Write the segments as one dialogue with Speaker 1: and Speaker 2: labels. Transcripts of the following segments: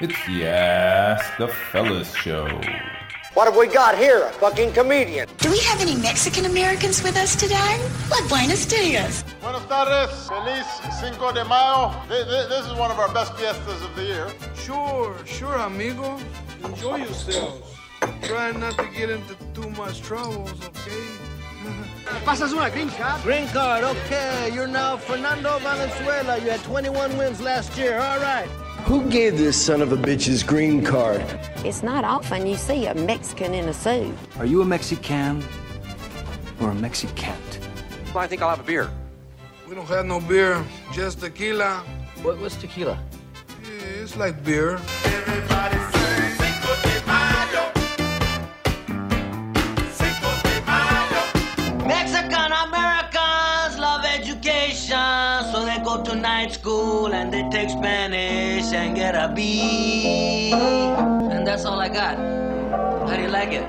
Speaker 1: It's the Ask the Fellas show.
Speaker 2: What have we got here? A fucking comedian.
Speaker 3: Do we have any Mexican Americans with us today? Like Buenos Dias.
Speaker 4: Buenos tardes, feliz Cinco de Mayo. Th- th- This is one of our best fiestas of the year.
Speaker 5: Sure, sure, amigo. Enjoy yourselves. Try not to get into too much troubles, okay?
Speaker 6: Green card, okay. You're now Fernando Valenzuela. You had 21 wins last year. All right.
Speaker 7: Who gave this son of a bitch his green card?
Speaker 8: It's not often you see a Mexican in a suit.
Speaker 9: Are you a Mexican or a Mexicant?
Speaker 10: I think I'll have a beer.
Speaker 5: We don't have no beer, just tequila.
Speaker 10: What was tequila?
Speaker 5: Yeah, it's like beer.
Speaker 6: Mexican Americans love education, so they go to night school and they take Spanish and get a B. And that's all I got. How do you like it?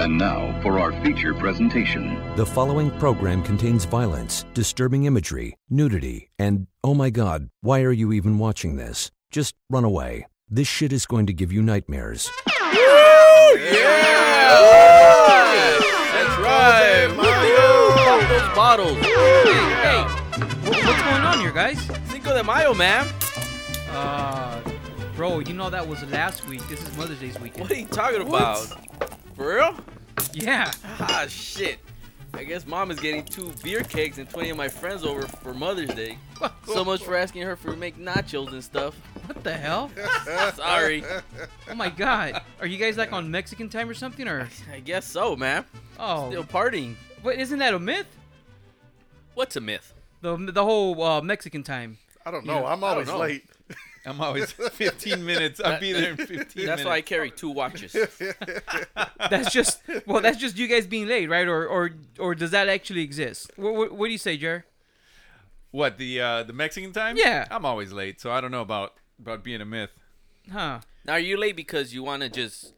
Speaker 9: And now for our feature presentation.
Speaker 11: The following program contains violence, disturbing imagery, nudity, and oh my god, why are you even watching this? Just run away. This shit is going to give you nightmares.
Speaker 10: That's right, Mario. Pop those bottles. Hey, hey. Wh- What's going on here, guys? Cinco de Mayo, man.
Speaker 9: Uh, bro, you know that was last week. This is Mother's Day's weekend.
Speaker 10: What are you talking about? For real?
Speaker 9: Yeah.
Speaker 10: Ah, shit. I guess mom is getting two beer cakes and 20 of my friends over for Mother's Day. So much for asking her for make nachos and stuff.
Speaker 9: What the hell?
Speaker 10: Sorry.
Speaker 9: Oh my god. Are you guys like on Mexican time or something? Or
Speaker 10: I guess so, man. Still
Speaker 9: oh,
Speaker 10: partying.
Speaker 9: but isn't that a myth?
Speaker 10: What's a myth?
Speaker 9: The the whole uh, Mexican time.
Speaker 4: I don't know. I'm always
Speaker 10: know.
Speaker 4: late.
Speaker 12: I'm always 15 minutes. I'll be there in 15 minutes.
Speaker 10: That's why I carry two watches.
Speaker 9: That's just well, that's just you guys being late, right? Or or or does that actually exist? What what, what do you say, Jer?
Speaker 12: What the uh, the Mexican time?
Speaker 9: Yeah.
Speaker 12: I'm always late, so I don't know about about being a myth.
Speaker 9: Huh?
Speaker 10: Now, are you late because you want to just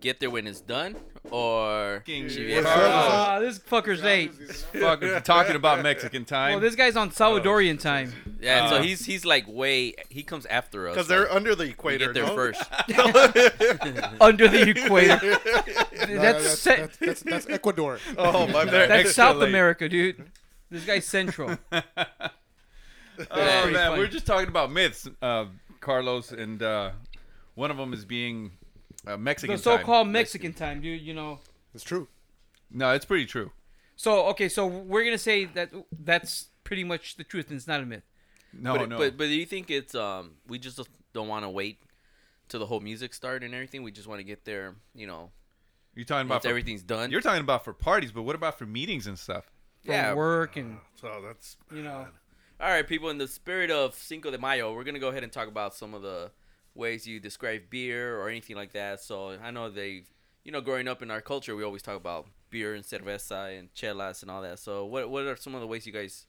Speaker 10: get there when it's done, or
Speaker 12: Fucking
Speaker 10: Yeah.
Speaker 9: Ah, this fucker's late.
Speaker 12: Fuck, if you're talking about Mexican time.
Speaker 9: Well, this guy's on Salvadorian time.
Speaker 10: yeah? so
Speaker 12: Uh,
Speaker 10: he's he's like way he comes after us
Speaker 4: Because
Speaker 10: like,
Speaker 4: they're under the
Speaker 10: we
Speaker 4: equator.
Speaker 10: get there
Speaker 4: no?
Speaker 10: first.
Speaker 9: under the equator. that's
Speaker 7: that's-
Speaker 9: se-
Speaker 7: that's-
Speaker 9: that's,
Speaker 7: that's, that's Ecuador.
Speaker 12: oh my bad.
Speaker 9: South America, dude. This guy's central.
Speaker 12: Oh
Speaker 9: pretty
Speaker 12: man,
Speaker 9: funny.
Speaker 12: we're just talking about myths, uh, Carlos, and uh, one of them is being uh, Mexican.
Speaker 9: the so-called
Speaker 12: time.
Speaker 9: Mexican time, dude. You know.
Speaker 7: It's true.
Speaker 12: No, it's pretty true.
Speaker 9: So okay, so we're gonna say that that's pretty much the truth, and it's not a myth.
Speaker 12: No,
Speaker 10: but,
Speaker 12: Oh, no.
Speaker 10: but but do you think it's um we just don't want to wait till the whole music start and everything? We just want to get there, you know,
Speaker 12: you're talking about
Speaker 10: once
Speaker 12: for,
Speaker 10: everything's done.
Speaker 12: You're talking about for parties, but what about for meetings and stuff?
Speaker 9: From
Speaker 10: Yeah.
Speaker 9: work and
Speaker 4: So that's
Speaker 9: you know.
Speaker 10: All right, people. In the spirit of Cinco de Mayo, we're gonna go ahead and talk about some of the ways you describe beer or anything like that. So I know they, you know, growing up in our culture, we always talk about beer and cerveza and chelas and all that. So what what are some of the ways you guys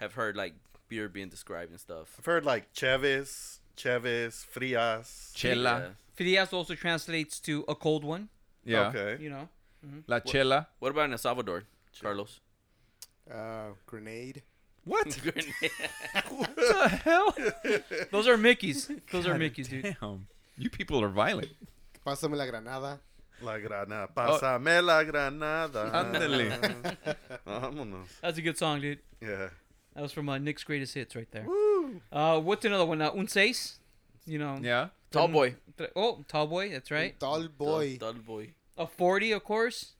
Speaker 10: have heard like beer being described and stuff?
Speaker 4: I've heard like Chavez, Chavez, Frias.
Speaker 12: Chela.
Speaker 9: Fideas also translates to a cold one.
Speaker 12: Yeah.
Speaker 4: Okay.
Speaker 9: You know.
Speaker 12: La chela.
Speaker 10: What about in El Salvador, Carlos?
Speaker 7: Uh, grenade.
Speaker 12: What?
Speaker 9: the hell? Those are Mickey's. Those are Mickey's, dude.
Speaker 12: Damn. You people are violent.
Speaker 7: Pásame la granada.
Speaker 4: La granada. Pasame la granada.
Speaker 12: Ándale.
Speaker 4: Vámonos.
Speaker 9: That's a good song, dude.
Speaker 4: Yeah.
Speaker 9: That was from uh, Nick's greatest hits right there. Uh, what's another one? Uh, Un seis. You know.
Speaker 12: yeah.
Speaker 10: Tall boy.
Speaker 9: Th- Oh, tall boy. That's right.
Speaker 7: Doll boy.
Speaker 10: Tall boy.
Speaker 9: A forty, of course.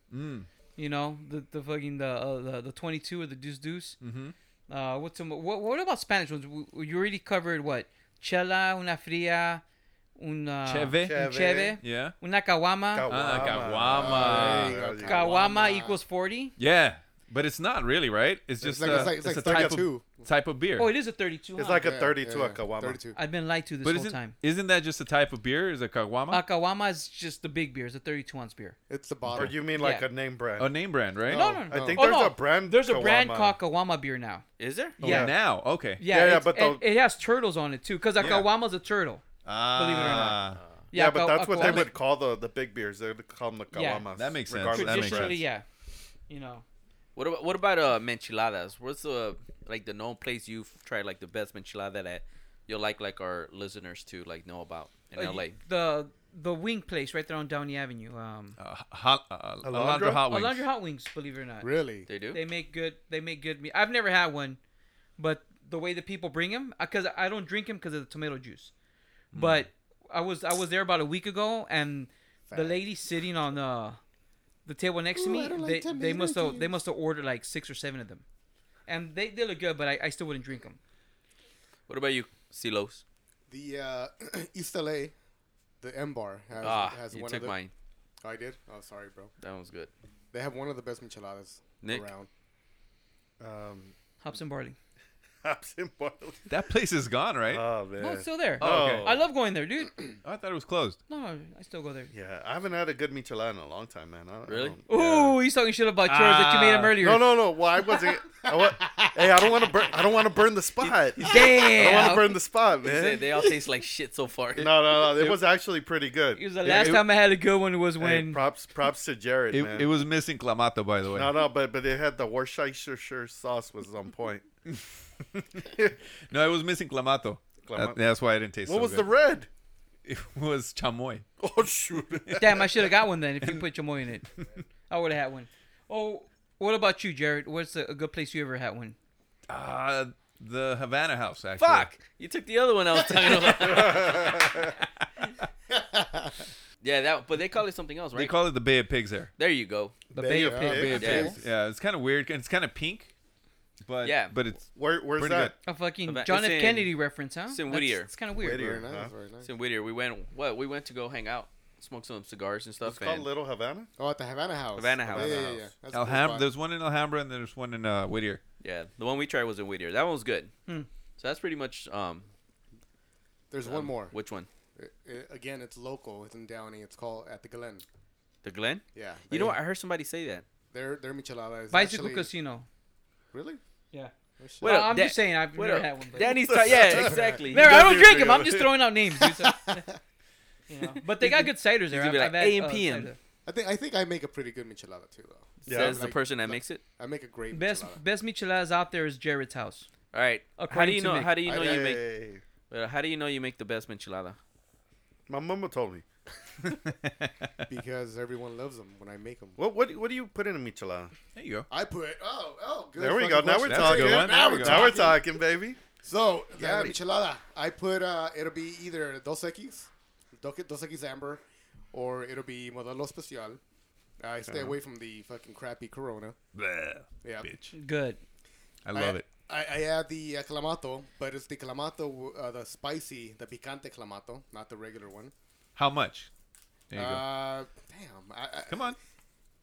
Speaker 9: You know the the fucking the uh, the, the twenty two or the deuce deuce. Mm-hmm. Uh, what's some, what what about Spanish ones? W- You already covered what? Chela, una fría, una
Speaker 12: Cheve.
Speaker 9: un uh, cheve,
Speaker 12: Yeah.
Speaker 9: una caguama.
Speaker 12: Ah,
Speaker 4: Ah,
Speaker 12: Kawama.
Speaker 4: there you go.
Speaker 9: Caguama equals forty.
Speaker 12: Yeah, but it's not really right. It's just
Speaker 7: like-
Speaker 12: uh,
Speaker 7: it's like- it's
Speaker 12: it's
Speaker 7: like
Speaker 12: a type
Speaker 7: 32.
Speaker 12: of type of beer.
Speaker 9: Oh, it is a thirty-two.
Speaker 4: It's
Speaker 9: huh?
Speaker 4: like a 32 a Kawama.
Speaker 7: 32.
Speaker 9: I've been lied to this
Speaker 12: but
Speaker 9: whole
Speaker 12: isn't
Speaker 9: time.
Speaker 12: isn't that just a type of beer? Is a kawama
Speaker 9: A caguama is just the big beer. It's a thirty-two ounce beer.
Speaker 7: It's the bottom.
Speaker 4: Or you mean like
Speaker 9: Yeah.
Speaker 4: a name brand?
Speaker 12: a name brand, right?
Speaker 9: No, no, no.
Speaker 4: I think
Speaker 9: Oh,
Speaker 4: there's
Speaker 9: no.
Speaker 4: a brand.
Speaker 9: There's a brand
Speaker 4: Kawama.
Speaker 9: called Kawama beer now.
Speaker 10: Is there?
Speaker 12: Oh,
Speaker 9: yeah.
Speaker 12: Now, okay.
Speaker 9: Yeah,
Speaker 4: Yeah, yeah,
Speaker 9: it's-
Speaker 4: but
Speaker 9: it,
Speaker 4: the-
Speaker 9: it has turtles on it too, because a
Speaker 12: Yeah.
Speaker 9: Kawama's a turtle. Believe it or
Speaker 12: Ah,
Speaker 9: not.
Speaker 4: Yeah,
Speaker 9: Ka-
Speaker 4: but that's what they
Speaker 9: Kawama-
Speaker 4: would call the, the big beers. They would call them the
Speaker 9: Yeah.
Speaker 4: Kawamas.
Speaker 12: That makes sense.
Speaker 4: regardless
Speaker 12: That
Speaker 4: of
Speaker 12: makes
Speaker 4: brand.
Speaker 9: Traditionally, yeah. You know.
Speaker 10: What about what about uh menchiladas? What's the like the known place you've tried like the best menchilada that you'll like like our listeners to like know about in
Speaker 11: Uh,
Speaker 10: LA?
Speaker 11: The the wing place right there on Downey Avenue. Um,
Speaker 12: Hot, uh, Alondra Hot Wings.
Speaker 11: Alondra Hot Wings, believe it or not.
Speaker 12: Really? They do?
Speaker 11: They make good. They make good meat. I've never had one, but the way the people bring them, because I don't drink them because of the tomato juice.
Speaker 13: Mm.
Speaker 11: But I was I was there about a week ago, and the lady sitting on the the table next to
Speaker 13: Ooh,
Speaker 11: me,
Speaker 13: I don't like
Speaker 11: they, they
Speaker 13: tomato
Speaker 11: must have they
Speaker 13: juice.
Speaker 11: must have ordered like six or seven of them, and they, they look good, but I, I still wouldn't drink them.
Speaker 10: What about you, Silos?
Speaker 6: The uh, East LA, the M Bar has,
Speaker 10: Ah,
Speaker 6: has
Speaker 10: you
Speaker 6: one
Speaker 10: took
Speaker 6: of the,
Speaker 10: mine.
Speaker 6: Oh, I did. Oh, sorry, bro.
Speaker 10: That one's good.
Speaker 6: They have one of the best micheladas
Speaker 10: Nick?
Speaker 6: around. Um,
Speaker 11: Hops and barley.
Speaker 4: Hops and barley.
Speaker 12: That place is gone, right? Oh,
Speaker 4: Oh man,
Speaker 11: No, it's still there.
Speaker 4: Oh,
Speaker 11: I love going there, dude.
Speaker 12: I thought it was closed.
Speaker 11: No, I still go there.
Speaker 4: Yeah, I haven't had a good michelada in a long time, man. I don't,
Speaker 10: Really?
Speaker 11: Ooh, he's talking shit about yours that you made him earlier.
Speaker 4: No, no, no. Well, I wasn't. I wa- hey, I don't want to burn. I don't want to burn the spot. I don't want to
Speaker 11: Damn.
Speaker 4: burn the spot,
Speaker 10: He
Speaker 4: man.
Speaker 10: said they all taste like shit so far.
Speaker 4: No, no, no. It was actually pretty good.
Speaker 11: It was the last time I had a good one was when
Speaker 4: props, props to Jared.
Speaker 12: It,
Speaker 4: man.
Speaker 12: it was missing clamato, by the way.
Speaker 4: No, no, but but it had the Worcestershire sauce was on point.
Speaker 12: No, it was missing clamato.
Speaker 4: Clamato.
Speaker 12: That- that's why I didn't taste.
Speaker 4: What
Speaker 12: so
Speaker 4: was
Speaker 12: good.
Speaker 4: the red?
Speaker 12: It was chamoy.
Speaker 4: Oh shoot!
Speaker 11: Damn, I should have got one then if you put chamoy in it. I would have had one. Oh, what about you, Jared? What's a, a good place you ever had one?
Speaker 12: Uh, the Havana House. Actually.
Speaker 10: Fuck! You took the other one I was talking about. yeah, that. But they call it something else, right?
Speaker 12: They call it the Bay of Pigs there.
Speaker 10: There you go.
Speaker 11: The Bay of Pigs.
Speaker 12: Bay of
Speaker 10: Yeah.
Speaker 12: Pigs. Yeah, it's kind of weird. and It's kind of pink, but
Speaker 10: Yeah.
Speaker 12: but it's
Speaker 4: Where- where's
Speaker 12: pretty
Speaker 4: that?
Speaker 11: A fucking
Speaker 10: But
Speaker 11: John
Speaker 10: it's
Speaker 11: F.
Speaker 10: in-
Speaker 11: Kennedy reference, huh?
Speaker 10: It's in
Speaker 11: That's-
Speaker 10: Whittier.
Speaker 11: It's kind of weird.
Speaker 4: Whittier, Very nice, huh? very nice.
Speaker 10: It's in Whittier. We went. What? We went to go hang out, smoke some cigars and stuff.
Speaker 4: It's called
Speaker 10: and-
Speaker 4: Little Havana.
Speaker 6: Oh, at the Havana House.
Speaker 10: Havana House.
Speaker 6: Yeah, yeah, yeah. yeah. That's a cool
Speaker 12: Alhambra.
Speaker 6: spot.
Speaker 12: There's one in Alhambra and there's one in uh, Whittier.
Speaker 10: Yeah, the one we tried was in Whittier. That one was good.
Speaker 6: Hmm.
Speaker 10: So that's pretty much. Um,
Speaker 6: There's one
Speaker 10: um,
Speaker 6: more.
Speaker 10: Which one?
Speaker 6: I- I- again, it's local. It's in Downey. It's called at the Glen.
Speaker 10: The Glen.
Speaker 6: Yeah,
Speaker 10: You know
Speaker 6: they-
Speaker 10: what? I heard somebody say that.
Speaker 11: Uh,
Speaker 6: Their their michelada is
Speaker 11: Bicycle
Speaker 6: actually-
Speaker 11: Casino.
Speaker 6: Really?
Speaker 11: Yeah.
Speaker 10: Wait
Speaker 11: Well,
Speaker 10: up,
Speaker 11: I'm
Speaker 10: Da-
Speaker 11: just saying I've
Speaker 10: wait
Speaker 11: never
Speaker 10: up.
Speaker 11: had one. But...
Speaker 10: Danny's ti- yeah, exactly.
Speaker 11: Never,
Speaker 10: He
Speaker 11: I
Speaker 10: does
Speaker 11: don't
Speaker 10: your
Speaker 11: drink them. I'm
Speaker 10: figure.
Speaker 11: just throwing out names, dude. so- you know. But they got good ciders there.
Speaker 10: He's gonna be
Speaker 11: I've-
Speaker 10: like,
Speaker 11: I've had,
Speaker 10: "A.M.
Speaker 11: uh,
Speaker 10: P.M..
Speaker 11: cider.
Speaker 6: I think I think I make a pretty good michelada too, though.
Speaker 10: Yeah. Says the person that makes it?
Speaker 6: I make a great
Speaker 11: Best
Speaker 6: michelada.
Speaker 11: best micheladas out there is Jared's house.
Speaker 10: All right. how do
Speaker 11: According
Speaker 10: you
Speaker 11: to
Speaker 10: know?
Speaker 11: Mick.
Speaker 10: How do you
Speaker 11: I
Speaker 10: know
Speaker 11: think-
Speaker 10: you make? Well, how do you know you make the best enchilada?
Speaker 4: My mama told me.
Speaker 6: because everyone loves them when I make them.
Speaker 4: What what what do you put in a michelada?
Speaker 12: There you go.
Speaker 6: I put oh oh good.
Speaker 4: there we
Speaker 6: fucking
Speaker 4: go. Now
Speaker 6: question.
Speaker 4: we're talking. Now we're now we're talking, baby.
Speaker 6: So yeah,
Speaker 4: Got it.
Speaker 6: michelada. I put uh, it'll be either Dos Equis, Dos Dos Equis Amber, or it'll be Modelo Especial. I stay
Speaker 12: Uh-huh.
Speaker 6: away from the fucking crappy Corona.
Speaker 12: Bleh,
Speaker 6: Yeah.
Speaker 12: bitch.
Speaker 11: Good.
Speaker 12: I love it.
Speaker 6: I, I add the uh, clamato, but it's the clamato, uh, the spicy, the picante clamato, not the regular one.
Speaker 12: How much? There you go.
Speaker 6: Uh, damn. I, I,
Speaker 12: Come on.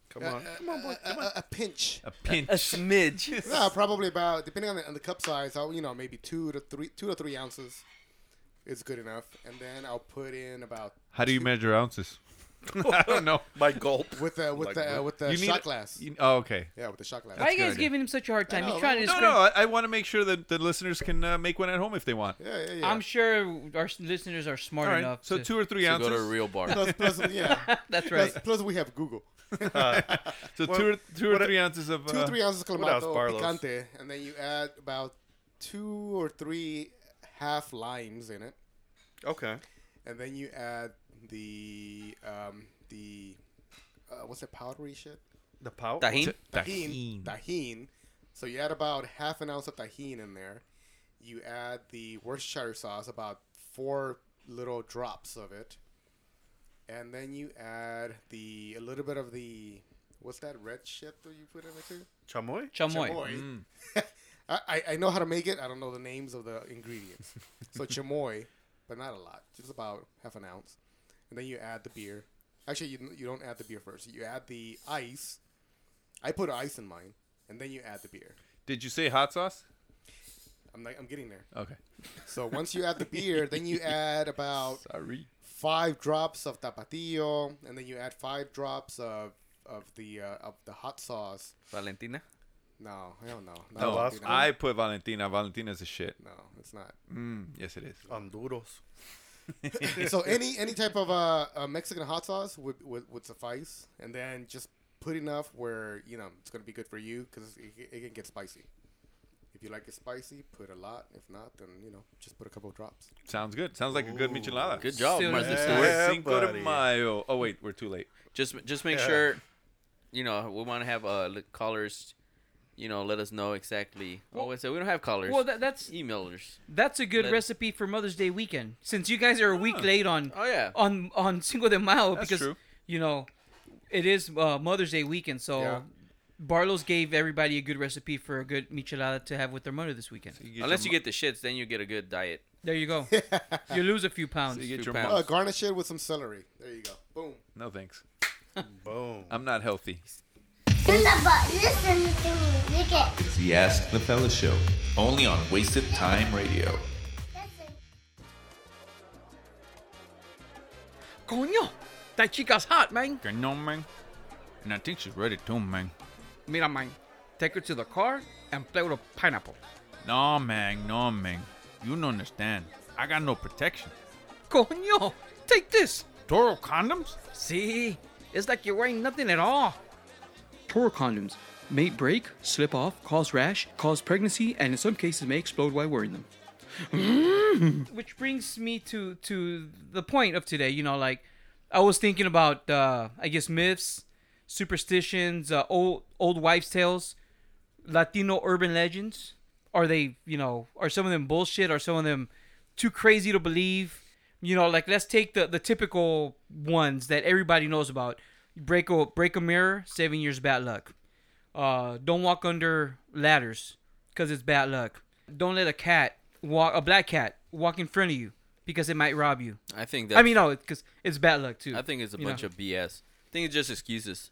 Speaker 12: Come
Speaker 6: Uh,
Speaker 12: on.
Speaker 6: uh, uh, uh, A, pinch.
Speaker 12: A pinch.
Speaker 10: A smidge.
Speaker 6: no, probably about depending on the, on the cup size. I'll you know maybe two to three, two to three ounces is good enough, and then I'll put in about
Speaker 12: How do you measure ounces? I don't know.
Speaker 4: By gulp.
Speaker 6: with the with
Speaker 12: Like
Speaker 6: the uh,
Speaker 12: what?
Speaker 6: with the
Speaker 12: You need
Speaker 6: shot
Speaker 12: a-
Speaker 6: glass.
Speaker 12: you- oh, okay.
Speaker 6: Yeah, with the shot glass.
Speaker 11: Why are you guys giving him such a hard time?
Speaker 6: I
Speaker 11: He's
Speaker 6: know,
Speaker 11: trying to
Speaker 12: No,
Speaker 11: describe.
Speaker 12: no. I, I want to make sure that the listeners can uh, make one at home if they want.
Speaker 6: Yeah, yeah,
Speaker 11: I'm sure our s- listeners are smart
Speaker 12: All right,
Speaker 11: enough.
Speaker 12: so
Speaker 11: to,
Speaker 12: two or three To go to ounces. a real bar.
Speaker 6: Plus, plus, yeah,
Speaker 11: That's
Speaker 6: Plus-
Speaker 11: right.
Speaker 6: Plus, we have Google.
Speaker 12: So two or, two or three ounces of
Speaker 6: two
Speaker 12: uh,
Speaker 6: or three ounces of
Speaker 12: what else,
Speaker 6: clamato
Speaker 12: Barlos?
Speaker 6: picante, and then you add about two or three half limes in it,
Speaker 4: Okay.
Speaker 6: and then you add the um, the uh, what's that powdery shit?
Speaker 4: The pow.
Speaker 10: Tahin?
Speaker 6: Tahin. Tahin. So you add about half an ounce of tahin in there. You add the Worcestershire sauce, about four little drops of it, and then you add the a little bit of the what's that red shit that you put in it too?
Speaker 4: Chamoy.
Speaker 11: Chamoy.
Speaker 6: Chamoy.
Speaker 12: Mm.
Speaker 6: I, I- I know how to make it. I don't know the names of the ingredients. so chamoy, but not a lot. Just about half an ounce, and then you add the beer. Actually, you, you don't add the beer first. You add the ice. I put ice in mine, and then you add the beer.
Speaker 12: Did you say hot sauce?
Speaker 6: I'm like I'm getting there.
Speaker 12: Okay.
Speaker 6: So once you add the beer, then you add about
Speaker 12: Sorry.
Speaker 6: five drops of tapatio, and then you add five drops of of the uh, of the hot sauce.
Speaker 10: Valentina.
Speaker 6: No, I don't know. Not
Speaker 12: No,
Speaker 6: Valentina.
Speaker 12: I put Valentina. Valentina's a shit.
Speaker 6: No, it's not.
Speaker 12: Mm, yes, it is.
Speaker 4: Honduros.
Speaker 6: so any any type of uh, uh, Mexican hot sauce would, would would suffice, and then just put enough where you know it's gonna be good for you because it, it can get spicy. If you like it spicy, put a lot. If not, then you know just put a couple of drops.
Speaker 12: Sounds good. Sounds like a good michelada.
Speaker 10: Good job, Still Martha is. Stewart.
Speaker 12: We're Cinco de
Speaker 10: buddy.
Speaker 12: Mayo. Oh wait, we're too late.
Speaker 10: Just just make
Speaker 12: Yeah.
Speaker 10: sure, you know, we want to have uh, li- callers, you know, let us know exactly. oh, wait, so we don't have callers.
Speaker 11: well, that- that's
Speaker 10: emailers.
Speaker 11: That's a good
Speaker 10: Let-
Speaker 11: recipe for Mother's Day weekend. Since you guys are a week late on
Speaker 10: Oh, yeah.
Speaker 11: on on Cinco de Mayo
Speaker 10: That's
Speaker 11: because
Speaker 10: true.
Speaker 11: you know it is uh, Mother's Day weekend, so
Speaker 10: Yeah.
Speaker 11: Barlow's gave everybody a good recipe for a good michelada to have with their mother this weekend.
Speaker 10: Unless you get the shits, then you get a good diet.
Speaker 11: there you go. you lose a few pounds.
Speaker 10: you get
Speaker 12: your
Speaker 6: Uh, garnish it with some celery. There you go. Boom.
Speaker 12: No thanks.
Speaker 6: Boom.
Speaker 12: I'm not healthy.
Speaker 13: listen to music.
Speaker 1: The Ask the Fellas Show, only on Wasted Time Radio.
Speaker 11: Coño, that chica's hot, man.
Speaker 12: No man, and I think she's ready too, man.
Speaker 11: Mira, man, take her to the car and play with a pineapple.
Speaker 12: No man, no man. You don't understand. I got no protection.
Speaker 11: Coño, take this.
Speaker 12: Toro condoms?
Speaker 11: See, it's like you're wearing nothing at all. Toro condoms may break, slip off, cause rash, cause pregnancy, and in some cases may explode while wearing them. Which brings me to to the point of today. You know, like I was thinking about, uh, I guess myths, superstitions, uh, old old wives' tales, Latino urban legends. Are they, you know, are some of them bullshit? Are some of them too crazy to believe? You know, like let's take the the typical ones that everybody knows about. Break a break a mirror, seven years bad luck. Uh, don't walk under ladders because it's bad luck. Don't let a cat walk a black cat walk in front of you because it might rob you.
Speaker 10: I think
Speaker 11: I
Speaker 10: that's-
Speaker 11: mean no, because it's bad luck too.
Speaker 10: I think it's a
Speaker 11: you know?
Speaker 10: bunch of BS. I think it's just excuses.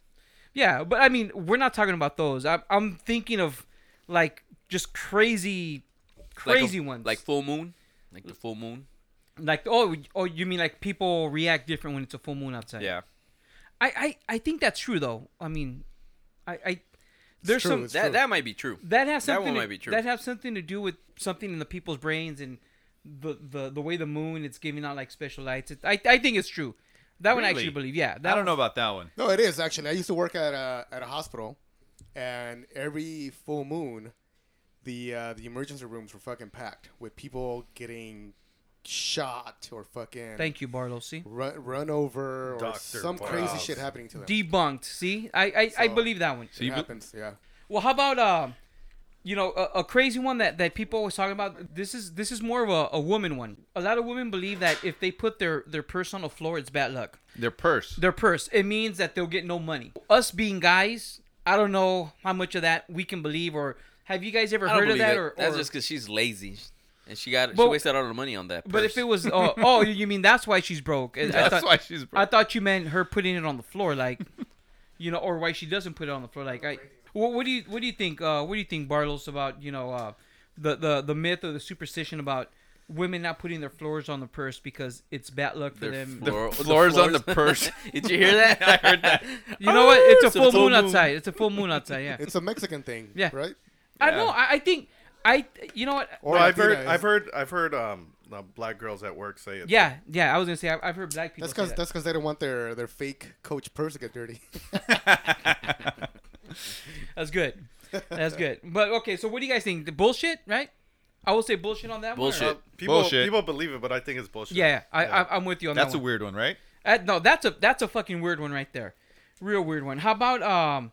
Speaker 11: Yeah, but I mean, we're not talking about those. I'm, I'm thinking of like just crazy,
Speaker 10: Like a-
Speaker 11: crazy ones.
Speaker 10: Like full moon. Like the full moon.
Speaker 11: Like oh, oh, you mean like people react different when it's a full moon outside?
Speaker 10: Yeah.
Speaker 11: I I, I think that's true though. I mean, I I there's
Speaker 10: true,
Speaker 11: some
Speaker 10: it's That- true. that might be true.
Speaker 11: That has
Speaker 10: That one
Speaker 11: something. to,
Speaker 10: might be true.
Speaker 11: That has something to do with something in the people's brains and the the, the way the moon it's giving out like special lights. It, I I think it's true. That one I
Speaker 12: Really?
Speaker 11: actually believe. Yeah. That
Speaker 12: I don't
Speaker 11: one-
Speaker 12: know about that one.
Speaker 6: No, it is actually. I used to work at a at a hospital, and every full moon, the uh, the emergency rooms were fucking packed with people getting shot or fucking
Speaker 11: Thank you, Barlow. See,
Speaker 6: run run over or
Speaker 11: Dr.
Speaker 6: some
Speaker 11: Barlow.
Speaker 6: crazy shit happening to them.
Speaker 11: Debunked. See, I I, I believe that one.
Speaker 6: it happens. Yeah.
Speaker 11: Well, how about um, you know, a, a crazy one that that people always talk about. This is this is more of a, a woman one. A lot of women believe that if they put their their purse on the floor, it's bad luck.
Speaker 12: Their purse.
Speaker 11: Their purse. It means that they'll get no money. Us being guys, I don't know how much of that we can believe or. Have you guys ever
Speaker 10: I don't
Speaker 11: heard of
Speaker 10: believe
Speaker 11: that?
Speaker 10: it.
Speaker 11: Or,
Speaker 10: that's
Speaker 11: or-
Speaker 10: just because she's lazy, and she got she
Speaker 11: But-
Speaker 10: wasted all her money on that.
Speaker 11: But if
Speaker 10: purse.
Speaker 11: it was, oh, oh, you mean that's why she's broke? I- I
Speaker 10: That's
Speaker 11: thought,
Speaker 10: why she's broke.
Speaker 11: I thought you meant her putting it on the floor, like, you know, or why she doesn't put it on the floor. Like, I, what, what do you, what do you think? Uh, what do you think, Bartles, about you know, uh, the the the myth or the superstition about women not putting their floors on the purse because it's bad luck for
Speaker 10: Their
Speaker 11: them.
Speaker 10: floor- The the floors on the floors. purse. Did you hear that? I heard that.
Speaker 11: You know what? It's a
Speaker 10: It's a
Speaker 11: full
Speaker 10: full
Speaker 11: moon
Speaker 10: moon.
Speaker 11: outside. It's a full moon outside. Yeah.
Speaker 6: It's a Mexican thing.
Speaker 11: Yeah.
Speaker 6: Right.
Speaker 11: I
Speaker 6: Yeah.
Speaker 11: know. I, I think. I. You know what?
Speaker 4: Well, I've heard, I've heard, I've heard, um, the black girls at work say it.
Speaker 11: Yeah, yeah. I was gonna say I've, I've heard black people.
Speaker 6: That's
Speaker 11: say
Speaker 6: because
Speaker 11: that.
Speaker 6: that's because they don't want their their fake coach purse to get dirty.
Speaker 11: That's good. That's good. But okay, so what do you guys think? The bullshit, right? I will say bullshit on that one. or-
Speaker 4: Uh, people, people believe it, but I think it's bullshit.
Speaker 11: Yeah, I, I, I'm with you on that.
Speaker 12: That's a weird one, right?
Speaker 11: Uh, no, that's a that's a fucking weird one right there, real weird one. How about um,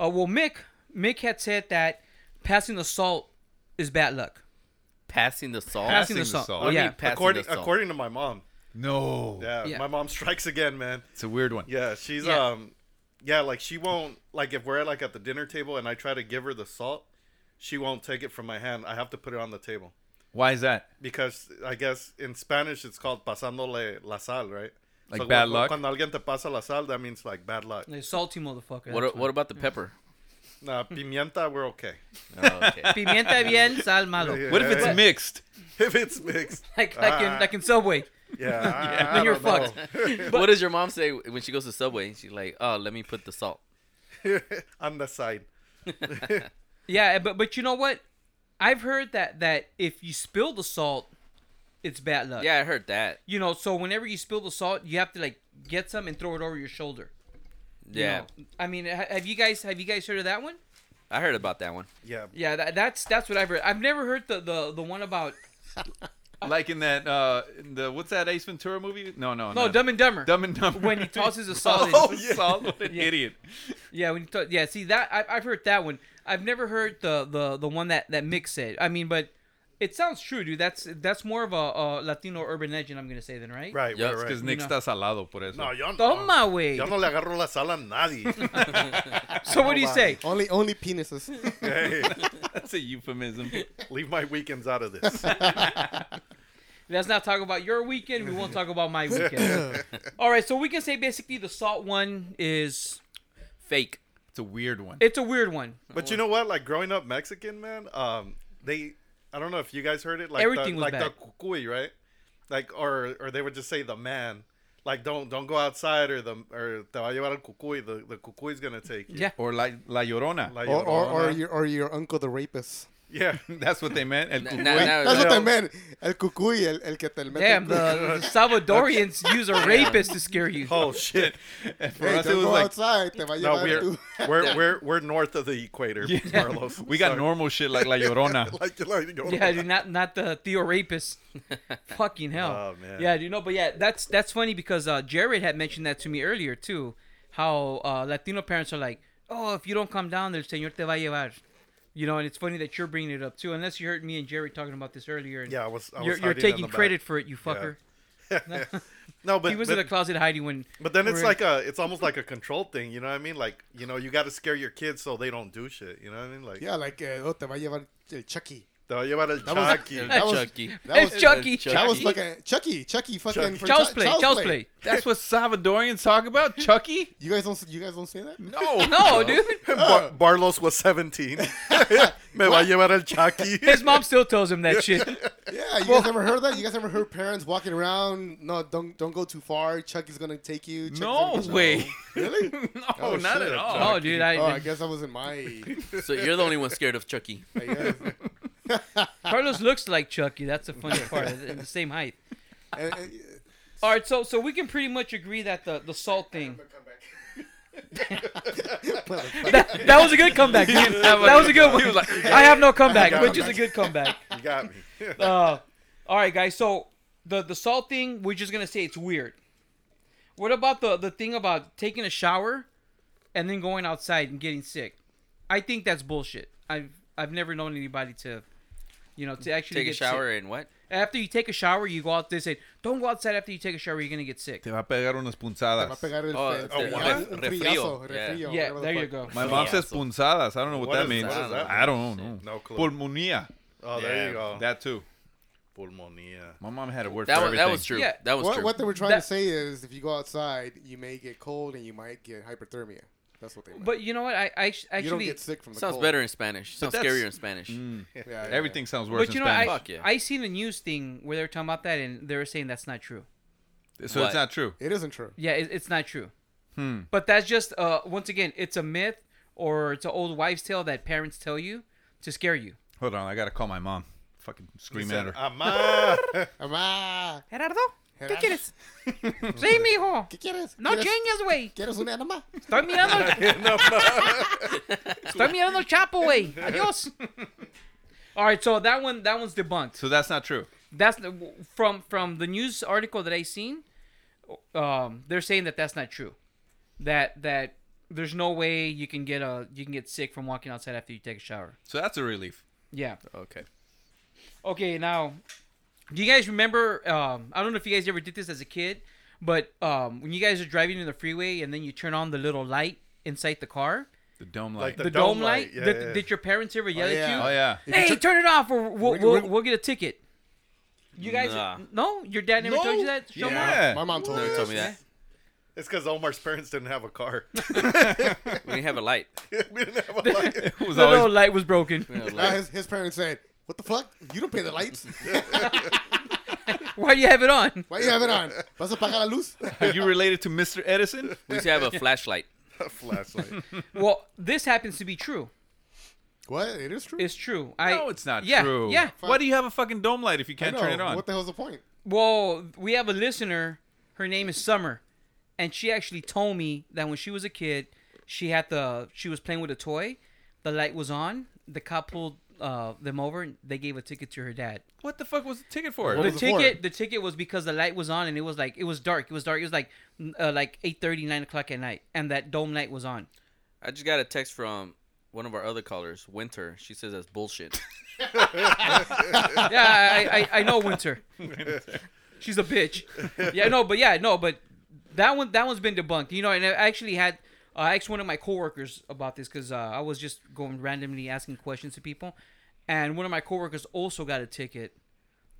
Speaker 11: uh, well Mick Mick had said that passing the salt is bad luck.
Speaker 10: passing the salt,
Speaker 11: Passing the Passing the salt. salt.
Speaker 10: What do you
Speaker 11: Yeah.
Speaker 10: mean passing
Speaker 4: according
Speaker 10: the salt?
Speaker 4: according to my mom.
Speaker 12: No.
Speaker 4: Yeah,
Speaker 12: Yeah.
Speaker 4: my mom strikes again, man.
Speaker 12: It's a weird one.
Speaker 4: Yeah, she's
Speaker 12: Yeah.
Speaker 4: um, yeah, like she won't like if we're like at the dinner table and I try to give her the salt, she won't take it from my hand. I have to put it on the table
Speaker 12: Why is that?
Speaker 4: because I guess in Spanish it's called pasándole la sal, right?
Speaker 12: Like bad
Speaker 4: when-
Speaker 12: luck?
Speaker 4: Cuando alguien te pasa la sal, that means like bad luck.
Speaker 11: Like, hmm. salty motherfucker.
Speaker 10: What
Speaker 11: that's
Speaker 10: what about the pepper? Oh,
Speaker 4: Nah, pimienta, we're okay.
Speaker 11: Pimienta bien, sal malo.
Speaker 4: Yeah.
Speaker 11: What if
Speaker 12: Uh,
Speaker 11: it's
Speaker 12: mixed?
Speaker 4: If it's mixed,
Speaker 11: Like like in
Speaker 4: Ah.
Speaker 11: like in Subway.
Speaker 4: Yeah, I- I
Speaker 11: then you're
Speaker 4: don't know.
Speaker 11: fucked. But-
Speaker 10: what does your mom say when she goes to Subway? She's like, "Oh, let me put the salt."
Speaker 4: on the side.
Speaker 11: Yeah, but but you know what? I've heard that that if you spill the salt, it's bad
Speaker 9: Uh,
Speaker 11: luck.
Speaker 10: Yeah, I heard that.
Speaker 11: You know, so whenever you spill the salt, you have to like get some and throw it over your shoulder.
Speaker 9: you
Speaker 10: Yeah.
Speaker 9: know. I mean, ha- have you guys have you guys heard of that one?
Speaker 10: I heard about that one.
Speaker 4: Yeah.
Speaker 9: Yeah, that, that's that's what I've heard. I've never heard the the, the one about
Speaker 12: Like in that, uh, in the what's that Ace Ventura movie? No, no,
Speaker 9: No, Dumb and Dumber.
Speaker 12: Dumb and Dumber.
Speaker 9: When he tosses a salt in.
Speaker 12: Oh, yeah. Salt, what an
Speaker 9: Yeah.
Speaker 12: idiot.
Speaker 9: yeah, when you talk, yeah, see that I, I've heard that one. I've never heard the the the one that that Mick said. I mean, but it sounds true, dude. That's that's more of a, uh Latino urban legend. I'm gonna say then, right?
Speaker 4: Right,
Speaker 12: Yeah, because Nick
Speaker 9: You know.
Speaker 12: está salado por eso.
Speaker 4: No, yo no.
Speaker 9: Toma, güey.
Speaker 4: Yo no le agarro la sala a nadie.
Speaker 9: So what do you
Speaker 4: Nobody.
Speaker 9: say?
Speaker 6: Only only penises.
Speaker 4: Hey.
Speaker 12: That's a euphemism.
Speaker 4: Leave my weekends out of this.
Speaker 9: Let's not talk about your weekend. We won't talk about my weekend. All right, so we can say basically the salt one is
Speaker 10: fake.
Speaker 12: It's a weird one.
Speaker 9: It's a weird one.
Speaker 4: But you know what? Like growing up Mexican, man, um, they I don't know if you guys heard it, like
Speaker 9: Everything
Speaker 4: the,
Speaker 9: was
Speaker 4: like
Speaker 9: bad.
Speaker 4: the cucuy, right? Like or or they would just say the man. Like don't don't go outside or the or te va a llevar el cucuy, the the cucuy's gonna take you.
Speaker 12: Or La, La Llorona.
Speaker 4: La
Speaker 6: Or, or, or
Speaker 4: Llorona.
Speaker 6: your or your uncle the rapist.
Speaker 4: Yeah.
Speaker 12: That's what they meant. El
Speaker 4: No,
Speaker 12: cucuy.
Speaker 4: no, no,
Speaker 6: That's what they meant. El cucuy, el, el que te mete.
Speaker 9: Damn, the, the Salvadorians use a rapist to scare you.
Speaker 4: Oh shit.
Speaker 12: For
Speaker 6: Hey,
Speaker 12: us, it
Speaker 6: don't
Speaker 12: was
Speaker 6: go
Speaker 12: like
Speaker 6: outside. Te va a
Speaker 4: No,
Speaker 6: llevar
Speaker 4: we're,
Speaker 6: tu-
Speaker 4: we're we're we're north of the equator,
Speaker 12: Yeah.
Speaker 4: Carlos.
Speaker 12: We got normal shit like La Llorona.
Speaker 4: like, like Llorona.
Speaker 9: Yeah, dude, not not the Theo rapist. Fucking hell.
Speaker 4: Oh, man.
Speaker 9: Yeah, you know, but yeah, that's that's funny because uh, Jared had mentioned that to me earlier too. How uh, Latino parents are like, oh, if you don't come down, the señor te va a llevar. You know, and it's funny that you're bringing it up too. Unless you heard me and Jerry talking about this earlier. And
Speaker 4: Yeah, I was- I was
Speaker 9: you're, you're
Speaker 4: hiding in
Speaker 9: taking
Speaker 4: the back.
Speaker 9: credit for it, you
Speaker 4: Yeah.
Speaker 9: fucker.
Speaker 4: No, but
Speaker 9: he was
Speaker 4: but,
Speaker 9: in the closet hiding when.
Speaker 4: But then it's
Speaker 9: we're-
Speaker 4: like a, it's almost like a control thing. You know what I mean? Like, you know, you got to scare your kids so they don't do shit. You know what I mean? Like,
Speaker 6: Yeah, like uh, oh, te va a llevar el Chucky.
Speaker 4: Te va a llevar el
Speaker 6: That was-
Speaker 4: Chucky.
Speaker 6: that was-
Speaker 12: Chucky.
Speaker 6: That was
Speaker 9: It's Chucky.
Speaker 6: That was fucking Chucky. Chucky fucking
Speaker 12: Chucky.
Speaker 6: for
Speaker 9: Child's
Speaker 6: chi-
Speaker 9: play, child's play.
Speaker 12: That's what Salvadorians talk about, Chucky.
Speaker 6: You guys don't s- you guys don't say that?
Speaker 12: No,
Speaker 9: No, dude.
Speaker 4: Bar- Ah, Barlos was seventeen. Me va a llevar el Chucky.
Speaker 9: His mom still tells him that shit.
Speaker 6: Yeah, you guys ever heard that? You guys ever heard parents walking around? No, don't don't go too far. Chucky's gonna take you. Chucky's
Speaker 12: No
Speaker 6: gonna get you."
Speaker 12: way.
Speaker 6: Really?
Speaker 12: no,
Speaker 4: Oh,
Speaker 9: oh,
Speaker 12: not at all.
Speaker 9: No, dude, I-
Speaker 6: oh, I guess that wasn't my.
Speaker 10: So you're the only one scared of Chucky.
Speaker 9: Carlos looks like Chucky. That's the funny part. They're the same height. All right, so so we can pretty much agree that the the salt thing. that, that was a good comeback.
Speaker 12: He didn't have
Speaker 9: That
Speaker 12: a-
Speaker 9: was a good one.
Speaker 12: he was like,
Speaker 9: I have no comeback,
Speaker 4: I got
Speaker 9: but just a
Speaker 4: it.
Speaker 9: good comeback.
Speaker 4: You got me.
Speaker 9: Uh, all right, guys. So the the salt thing, we're just gonna say it's weird. What about the the thing about taking a shower and then going outside and getting sick? I think that's bullshit. I've I've never known anybody to, you know, to actually
Speaker 10: Take a
Speaker 9: get sick.
Speaker 10: shower and what?
Speaker 9: After you take a shower, you go out. They say, "Don't go outside after you take a shower. You're gonna get sick."
Speaker 12: Te va a pegar unas
Speaker 6: Te va a
Speaker 12: punzadas.
Speaker 6: pegar el
Speaker 10: Oh,
Speaker 6: fe-
Speaker 10: oh,
Speaker 6: fri-
Speaker 10: wow.
Speaker 6: un
Speaker 10: Refrío.
Speaker 6: frillazo,
Speaker 10: Yeah.
Speaker 6: refrío,
Speaker 9: Yeah,
Speaker 6: whatever the
Speaker 9: there you
Speaker 6: fuck.
Speaker 9: go.
Speaker 12: My mom says punzadas. I don't know what,
Speaker 4: What
Speaker 12: that
Speaker 4: is
Speaker 12: means.
Speaker 4: that? What does that
Speaker 12: I don't know.
Speaker 4: No clue.
Speaker 12: Pulmonía.
Speaker 4: Oh, there you go.
Speaker 12: That too.
Speaker 4: Pulmonía.
Speaker 12: My mom had a word
Speaker 10: That
Speaker 12: for
Speaker 10: was,
Speaker 12: everything.
Speaker 10: that was true.
Speaker 9: Yeah.
Speaker 10: That was
Speaker 6: What,
Speaker 10: true.
Speaker 6: what they were trying
Speaker 9: That-
Speaker 6: to say is, if you go outside, you may get cold and you might get hyperthermia. That's what they. Meant.
Speaker 9: But you know what? I, I act-
Speaker 6: you don't
Speaker 9: actually.
Speaker 6: get sick from the
Speaker 10: Sounds
Speaker 6: cold.
Speaker 10: better in Spanish. Sounds
Speaker 12: that's-
Speaker 10: scarier in Spanish.
Speaker 6: Yeah, yeah, yeah.
Speaker 12: Everything sounds worse
Speaker 9: But
Speaker 12: in
Speaker 9: you know,
Speaker 12: Spanish.
Speaker 9: Mm. I
Speaker 10: Fuck yeah.
Speaker 9: I seen a news thing where they were talking about that, and they were saying that's not true.
Speaker 12: so
Speaker 10: What?
Speaker 12: it's not true.
Speaker 6: It isn't true.
Speaker 9: Yeah, it, it's not true. But that's just uh, once again, it's a myth or it's an old wives' tale that parents tell you to scare you.
Speaker 12: Hold on, I gotta call my mom. Fucking
Speaker 4: He
Speaker 12: scream
Speaker 4: said, "Uh,
Speaker 12: at her.
Speaker 4: "Ama."
Speaker 6: Amá.
Speaker 9: Gerardo, ¿qué
Speaker 6: ah. Gerardo.
Speaker 9: quieres? Sí, mijo.
Speaker 6: ¿Qué quieres?
Speaker 9: No
Speaker 6: ¿Quieres-
Speaker 9: chingues, güey.
Speaker 6: ¿Quieres un animal?
Speaker 9: Estoy mirando. Estoy mirando el Chapo, güey. Adiós. All right, so that one that one's debunked.
Speaker 12: So that's not true.
Speaker 9: That's from from the news article that I seen. Um, they're saying that that's not true. That that there's no way you can get a you can get sick from walking outside after you take a shower.
Speaker 12: So that's a relief.
Speaker 9: Yeah.
Speaker 12: Okay.
Speaker 9: Okay. Now, do you guys remember? Um, I don't know if you guys ever did this as a kid, but um, when you guys are driving in the freeway and then you turn on the little light inside the car,
Speaker 12: The dome
Speaker 4: Like
Speaker 12: light.
Speaker 9: the,
Speaker 4: The
Speaker 9: dome,
Speaker 4: dome
Speaker 9: light.
Speaker 4: light, yeah,
Speaker 9: did,
Speaker 4: yeah.
Speaker 9: did your parents ever yell
Speaker 6: yeah.
Speaker 9: at
Speaker 12: oh
Speaker 9: you?
Speaker 12: yeah.
Speaker 9: Hey, turn it off, or we'll,
Speaker 6: Ring-
Speaker 9: we'll,
Speaker 6: ring-
Speaker 9: we'll get a ticket. You guys,
Speaker 10: Nah.
Speaker 9: no, your dad never told you that. Show me.
Speaker 12: Yeah.
Speaker 6: My mom told me.
Speaker 10: Never told me
Speaker 6: this.
Speaker 10: that.
Speaker 4: it's because Omar's parents didn't have a car.
Speaker 10: We didn't have a light.
Speaker 4: we didn't have a light.
Speaker 12: It was
Speaker 9: The little
Speaker 12: always
Speaker 9: light was broken.
Speaker 10: We didn't have a
Speaker 6: Now
Speaker 10: light.
Speaker 6: his, his parents said, "What the fuck? You don't pay the lights.
Speaker 9: Why do you have it on?
Speaker 6: Why you have it on? Vas a pagar la luz?
Speaker 12: Are you related to Mr. Edison?
Speaker 10: We used to have a flashlight.
Speaker 4: a flashlight.
Speaker 9: Well, this happens to be true.
Speaker 6: what? It is true.
Speaker 9: It's true. I
Speaker 12: no, it's not
Speaker 9: yeah,
Speaker 12: true.
Speaker 9: Yeah.
Speaker 12: Why do you have a fucking dome light if you
Speaker 6: I
Speaker 12: can't
Speaker 6: know.
Speaker 12: turn it on?
Speaker 6: What the hell's the point?
Speaker 9: Well, we have a listener. Her name is Summer,
Speaker 11: and she actually told me that when she was a kid, she had the she was playing with a toy, the light was on, the cop pulled uh, them over, and they gave a ticket to her dad.
Speaker 10: What the fuck was the ticket for?
Speaker 11: the ticket, the ticket was because the light was on, and it was like it was dark. It was dark. It was like uh, like 8:30, 9 o'clock at night, and that dome light was on.
Speaker 10: I just got a text from one of our other callers, Winter. She says that's bullshit.
Speaker 11: yeah, I, I, I know Winter. She's a bitch. Yeah, no, but yeah, no, but that one that one's been debunked. You know, and I actually had uh, I asked one of my coworkers about this because uh, I was just going randomly asking questions to people, and one of my coworkers also got a ticket.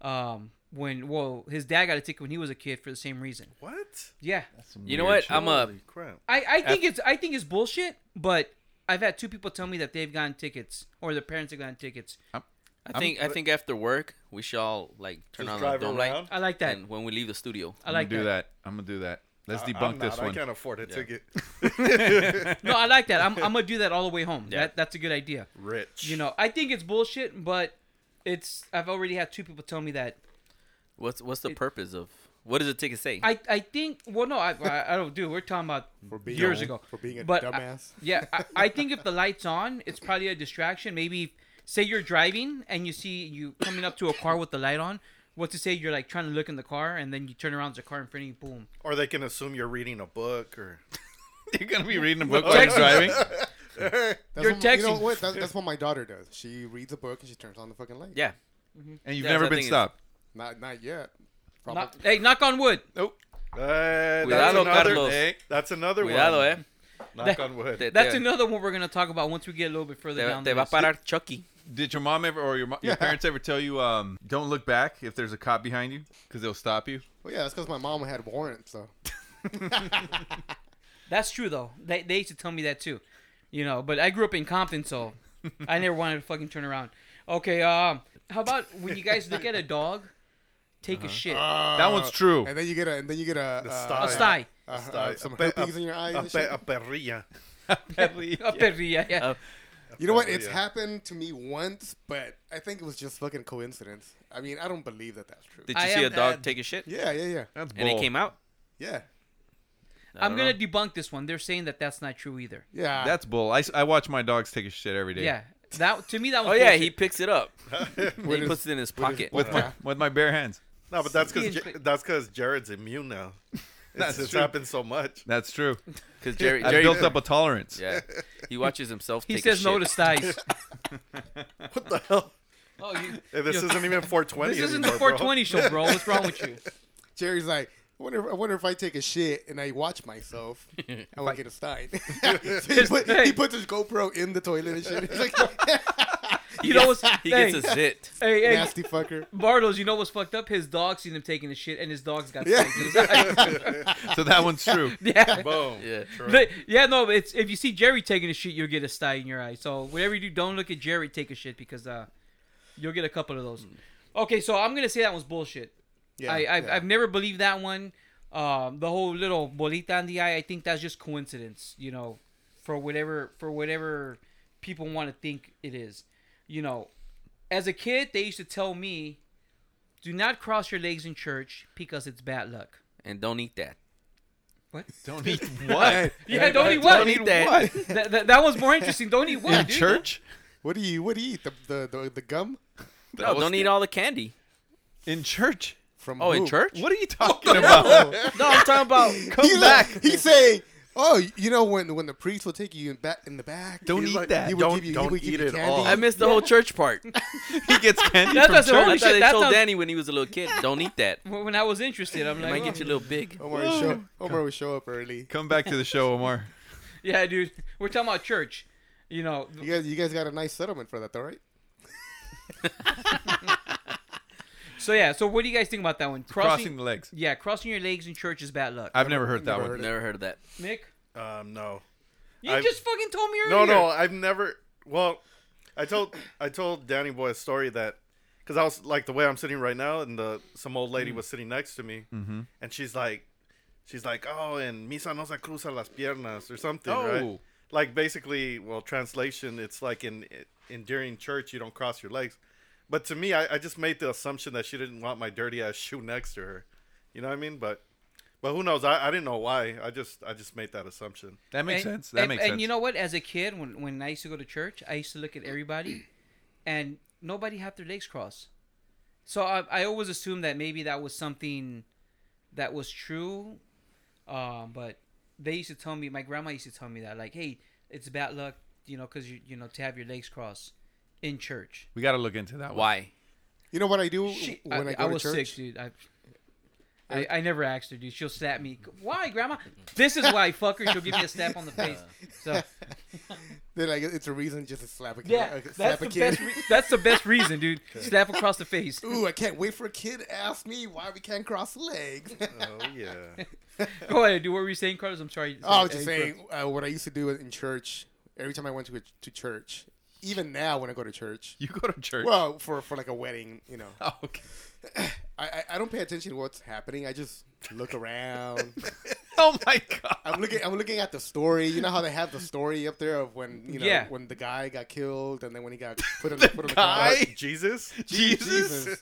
Speaker 11: Um, when well, his dad got a ticket when he was a kid for the same reason.
Speaker 4: What?
Speaker 11: Yeah.
Speaker 4: some
Speaker 10: You know weird what? shit. I'm a- Holy
Speaker 4: crap.
Speaker 11: I I think
Speaker 10: Af-
Speaker 11: it's I think it's bullshit, but I've had two people tell me that they've gotten tickets or their parents have gotten tickets.
Speaker 10: I think i think after work we should all like turn
Speaker 11: Just
Speaker 10: on the
Speaker 11: drive
Speaker 10: dome
Speaker 11: around?
Speaker 10: light.
Speaker 11: I like that.
Speaker 10: And when we leave the studio,
Speaker 11: I like
Speaker 12: I'm gonna do that. I'm gonna do that. Let's
Speaker 4: I-
Speaker 12: debunk
Speaker 4: I'm
Speaker 12: this
Speaker 4: not. I
Speaker 12: one.
Speaker 4: can't afford a
Speaker 12: Yeah.
Speaker 4: ticket.
Speaker 11: no, I like that. I'm, I'm gonna do that all the way home. That that's a good idea.
Speaker 4: Rich.
Speaker 11: You know, I think it's bullshit, but it's. I've already had two people tell me that.
Speaker 10: What's what's the purpose of? What does the ticket say?
Speaker 11: I I think. Well, no, I I, I don't do. We're talking about
Speaker 10: being
Speaker 11: years
Speaker 10: a-
Speaker 11: ago.
Speaker 10: for being a
Speaker 11: but uh, I-
Speaker 10: dumbass.
Speaker 11: yeah, I, I think if the lights on, it's probably a distraction. Maybe say you're driving and you see you coming up to a car with the light on. What to say? You're like trying to look in the car, and then you turn around, there's a car in front of you. Boom.
Speaker 4: Or they can assume you're reading a book or.
Speaker 12: You're gonna be reading a
Speaker 4: Oh,
Speaker 11: book while you're driving?
Speaker 4: That's
Speaker 11: You're
Speaker 4: what my- You know
Speaker 11: texting.
Speaker 4: what? That's, that's what my daughter does. She reads a book and she turns on the fucking light.
Speaker 10: Yeah.
Speaker 4: Mhm.
Speaker 12: And you've Yeah, never so I been think it's- stopped?
Speaker 4: Not not yet.
Speaker 11: Knock, hey, knock on wood.
Speaker 4: Nope. Uh, that's
Speaker 10: Cuidado,
Speaker 4: another,
Speaker 10: Carlos.
Speaker 4: That's another
Speaker 10: Cuidado,
Speaker 4: one.
Speaker 10: eh?
Speaker 4: Knock
Speaker 11: That-
Speaker 4: on wood.
Speaker 11: That's another one we're gonna talk about once we get a little bit further down. the list.
Speaker 10: Chucky.
Speaker 12: Did your mom ever or your, mo- your parents ever tell you um, don't look back if there's a cop behind you because they'll stop you?
Speaker 4: Well, yeah, that's because my mom had warrants, so.
Speaker 11: That's true though. They they used to tell me that too, you know. But I grew up in Compton, so I never wanted to fucking turn around. Okay, um, how about when you guys look at a dog, take a shit.
Speaker 4: Uh, And then you get a, and then you get a
Speaker 11: The
Speaker 4: uh,
Speaker 11: sty. A sty.
Speaker 4: uh,
Speaker 11: A
Speaker 4: uh,
Speaker 11: sty.
Speaker 4: some
Speaker 11: A pe-
Speaker 4: herpes
Speaker 11: a-
Speaker 4: in your eyes.
Speaker 10: uh,
Speaker 11: a
Speaker 4: and
Speaker 11: pe-
Speaker 4: shit.
Speaker 11: a
Speaker 4: perilla.
Speaker 11: A perilla, yeah.
Speaker 10: Oh,
Speaker 4: You know what? It's
Speaker 11: perilla.
Speaker 4: happened to me once, but I think it was just fucking coincidence. I mean, I don't believe that that's true.
Speaker 10: Did you see a dog take a shit?
Speaker 4: Yeah, yeah, yeah.
Speaker 10: and it came out.
Speaker 4: Yeah.
Speaker 10: I
Speaker 11: I'm
Speaker 10: don't
Speaker 11: gonna debunk this one. They're saying that that's not true either.
Speaker 12: That's bull. I, s- I watch my dogs take a shit every day.
Speaker 11: yeah. That to me that
Speaker 10: Oh
Speaker 11: was.
Speaker 10: yeah,
Speaker 11: bullshit.
Speaker 10: he picks it up.
Speaker 4: With
Speaker 10: he
Speaker 4: his-
Speaker 10: puts it in his
Speaker 4: with his-
Speaker 10: pocket.
Speaker 12: With my with my bare hands.
Speaker 4: No, but that's because
Speaker 10: Ian's
Speaker 4: that's because Jared's immune now.
Speaker 12: That's
Speaker 4: That's it's
Speaker 12: true.
Speaker 4: happened so much.
Speaker 12: That's true.
Speaker 10: 'Cause Jerry-
Speaker 12: I
Speaker 10: Jerry-
Speaker 12: built up a tolerance.
Speaker 10: Yeah, he watches himself.
Speaker 11: He
Speaker 10: take a
Speaker 11: says no
Speaker 10: shit.
Speaker 11: to styes.
Speaker 4: what the hell?
Speaker 11: Oh, you,
Speaker 4: Hey, this
Speaker 11: you-
Speaker 4: isn't even 420.
Speaker 11: This isn't the
Speaker 4: anymore,
Speaker 11: 420 show, bro. What's wrong with you?
Speaker 4: Jerry's like, I wonder, I wonder if I take a shit and I watch myself, I won't get a stein. So he, put- he puts his GoPro in the toilet and shit. He's like,
Speaker 11: You know what's hey. Hey, hey,
Speaker 4: Nasty fucker.
Speaker 11: Bartles, you know what's fucked up? His dog seen him taking a shit, and his dog's got
Speaker 4: Yeah.
Speaker 11: yeah.
Speaker 12: So that one's true.
Speaker 11: Yeah.
Speaker 12: Boom. Yeah, true.
Speaker 11: But- yeah, no, but it's if you see Jerry taking a shit, you'll get a sty in your eye. So whatever you do, don't look at Jerry take a shit because uh, you'll get a couple of those. Okay, so I'm gonna say that one's bullshit.
Speaker 14: Yeah,
Speaker 11: I, I've,
Speaker 14: yeah.
Speaker 11: I've never believed that one. Um, the whole little bolita in the eye, I think that's just coincidence. You know, for whatever for whatever people want to think it is. You know, as a kid, they used to tell me, "Do not cross your legs in church because it's bad luck."
Speaker 10: And don't eat that.
Speaker 11: What?
Speaker 12: Don't eat
Speaker 11: what? Yeah, don't eat what?
Speaker 10: Don't eat that.
Speaker 11: that, that, that was more interesting. Don't eat what? dude?
Speaker 4: What do you What do you eat? The the the, the gum?
Speaker 10: No, don't eat all the candy.
Speaker 12: In church.
Speaker 4: From
Speaker 10: Oh, in
Speaker 4: who?
Speaker 10: church?
Speaker 12: What are you talking
Speaker 10: about? No, I'm talking about
Speaker 12: come
Speaker 4: He's like- he's saying, "Oh, you know when when the priest will take you in back in the back.
Speaker 12: Don't
Speaker 4: he's
Speaker 12: eat
Speaker 4: like-
Speaker 12: that.
Speaker 4: He would
Speaker 12: Don't-
Speaker 4: give you,
Speaker 12: don't
Speaker 4: he would give
Speaker 12: eat
Speaker 4: you
Speaker 12: it
Speaker 4: candy.
Speaker 12: all.
Speaker 10: I missed the whole church part.
Speaker 12: he gets candy
Speaker 11: That's
Speaker 10: from
Speaker 11: what I
Speaker 10: church.
Speaker 11: said, holy
Speaker 10: That's why
Speaker 11: shit,
Speaker 10: they
Speaker 11: that
Speaker 10: told
Speaker 11: sounds-
Speaker 10: Danny when he was a little kid, don't eat that.
Speaker 11: When when I was interested, I'm
Speaker 10: It
Speaker 11: like,
Speaker 10: might get
Speaker 11: oh.
Speaker 10: you a little big.
Speaker 4: Omar, would show, Omar would show up early.
Speaker 12: Come back to the show, Omar.
Speaker 11: Yeah, dude. We're talking about church. You know,
Speaker 4: You guys, you guys got a nice settlement for that, though, right?
Speaker 11: So yeah, so what do you guys think about that one?
Speaker 12: Crossing the legs.
Speaker 11: Yeah, crossing your legs in church is bad luck.
Speaker 12: I've never heard that one.
Speaker 10: Never heard of that.
Speaker 11: Mick,
Speaker 4: Um, no.
Speaker 11: you
Speaker 4: I've-
Speaker 11: just fucking told me
Speaker 4: No,
Speaker 11: earlier.
Speaker 4: no, I've never. Well, I told I told Danny Boy a story that because I was like the way I'm sitting right now, and the some old lady
Speaker 12: Mm.
Speaker 4: was sitting next to me,
Speaker 12: Mhm.
Speaker 4: and she's like, she's like, oh, and misa no se cruza las piernas or something,
Speaker 12: Oh.
Speaker 4: right? Like basically, well, translation, it's like in in during church you don't cross your legs, but to me, I, I just made the assumption that she didn't want my dirty ass shoe next to her, you know what I mean? But Well, who knows? I, I didn't know why. I just I just made that assumption.
Speaker 12: That
Speaker 11: And- and, And you know what? As a kid, when when I used to go to church, I used to look at everybody, and nobody had their legs crossed. So I, I always assumed that maybe that was something that was true, uh, but they used to tell me. My grandma used to tell me that, like, hey, it's bad luck, you know, because you you know to have your legs crossed in church.
Speaker 12: We got to look into that. One.
Speaker 10: Why?
Speaker 6: You know what I do
Speaker 11: She-
Speaker 6: when I, go
Speaker 11: I
Speaker 6: to
Speaker 11: was
Speaker 6: church?
Speaker 11: sick, dude. I, I, I never asked her, dude. She'll slap me. Why, grandma? This is why, fucker. She'll give me a slap on the face. So
Speaker 6: They're like, it's a reason just to slap a kid.
Speaker 11: Yeah,
Speaker 6: uh,
Speaker 11: that's
Speaker 6: slap a
Speaker 11: the
Speaker 6: kid.
Speaker 11: best re- that's the best reason, dude. Slap across the face.
Speaker 6: Ooh, I can't wait for a kid to ask me why we can't cross legs.
Speaker 4: oh yeah.
Speaker 11: Go ahead, dude. What were you saying, Carlos? I'm sorry.
Speaker 6: Oh, I was just
Speaker 11: Sorry.
Speaker 6: saying uh, what I used to do in church. Every time I went to a, to church, even now when I go to church,
Speaker 12: you go to church.
Speaker 6: Well, for for like a wedding, you know.
Speaker 12: Oh, okay.
Speaker 6: I, I I don't pay attention to what's happening. I just look around.
Speaker 12: oh my god!
Speaker 6: I'm looking. I'm looking at the story. You know how they have the story up there of when you know
Speaker 12: Yeah.
Speaker 6: when the guy got killed and then when he got put on the, put on the cross.
Speaker 4: Uh, Jesus?
Speaker 6: Jesus.
Speaker 4: Jesus?
Speaker 6: You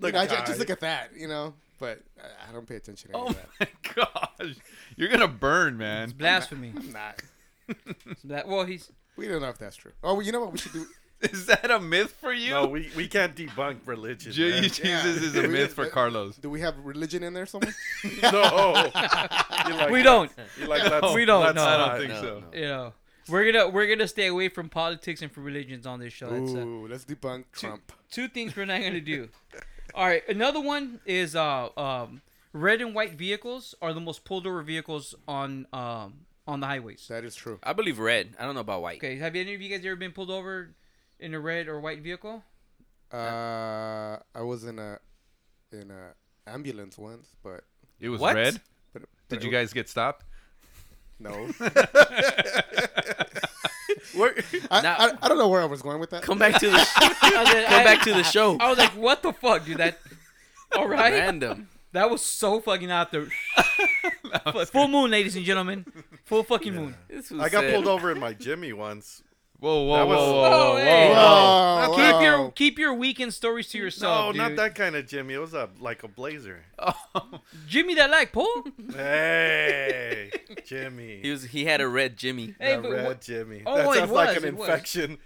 Speaker 4: The
Speaker 6: know, I, ju- I
Speaker 4: guy.
Speaker 6: just look at that, you know. But I, I don't pay attention to any of that.
Speaker 12: Oh. Gosh, you're gonna burn, man. It's
Speaker 11: blasphemy.
Speaker 6: I'm not.
Speaker 11: well, he's.
Speaker 6: We don't know if that's true. Oh, well, you know what we should do?
Speaker 12: Is that a myth for you?
Speaker 4: No, we, we can't debunk religion.
Speaker 12: Je-
Speaker 4: man.
Speaker 12: Jesus is a myth for Carlos.
Speaker 6: Do we have religion in there somewhere?
Speaker 4: No.
Speaker 6: You
Speaker 4: like
Speaker 11: we
Speaker 4: that?
Speaker 11: don't.
Speaker 4: You like that's-
Speaker 11: we don't.
Speaker 4: that's
Speaker 11: No,
Speaker 4: not-
Speaker 11: no,
Speaker 4: I don't think
Speaker 11: no,
Speaker 4: so.
Speaker 11: no. You know, we're gonna we're gonna stay away from politics and from religions on this show. That's, uh,
Speaker 6: Ooh, let's debunk Trump.
Speaker 11: two things we're not gonna do. All right, another one is uh, um, red and white vehicles are the most pulled over vehicles on um, on the highways.
Speaker 6: That is true.
Speaker 10: I believe red. I don't know about white.
Speaker 11: Okay, have any of you guys ever been pulled over in a red or white vehicle?
Speaker 6: Uh, I was in a in a ambulance once, but
Speaker 12: It was What? red? Did you
Speaker 6: it-
Speaker 12: guys get stopped?
Speaker 6: No.
Speaker 10: Where-
Speaker 6: I,
Speaker 10: Now-
Speaker 6: I, I don't know where I was going with that.
Speaker 10: Come back to the-
Speaker 11: I was like, I- I was
Speaker 6: I,
Speaker 11: like, what the fuck, dude? That all right?
Speaker 10: Random.
Speaker 11: That was so fucking out there. Full moon, ladies and gentlemen. Full fucking moon.
Speaker 4: I got pulled over in my Jimmy once.
Speaker 12: Whoa,
Speaker 11: Whoa, whoa,
Speaker 4: Oh,
Speaker 11: whoa, whoa.
Speaker 6: Oh,
Speaker 11: Keep your keep your weekend stories to yourself.
Speaker 4: No, not
Speaker 11: dude.
Speaker 4: that kind of Jimmy. It was a like a blazer.
Speaker 11: Jimmy that like Paul.
Speaker 4: Hey, Jimmy.
Speaker 10: He was. He had a red Jimmy.
Speaker 11: Hey,
Speaker 4: A
Speaker 11: but
Speaker 4: red
Speaker 11: what-
Speaker 4: Jimmy.
Speaker 11: Oh,
Speaker 4: that
Speaker 11: it
Speaker 4: sounds like
Speaker 11: was,
Speaker 4: an
Speaker 11: it was.
Speaker 4: infection.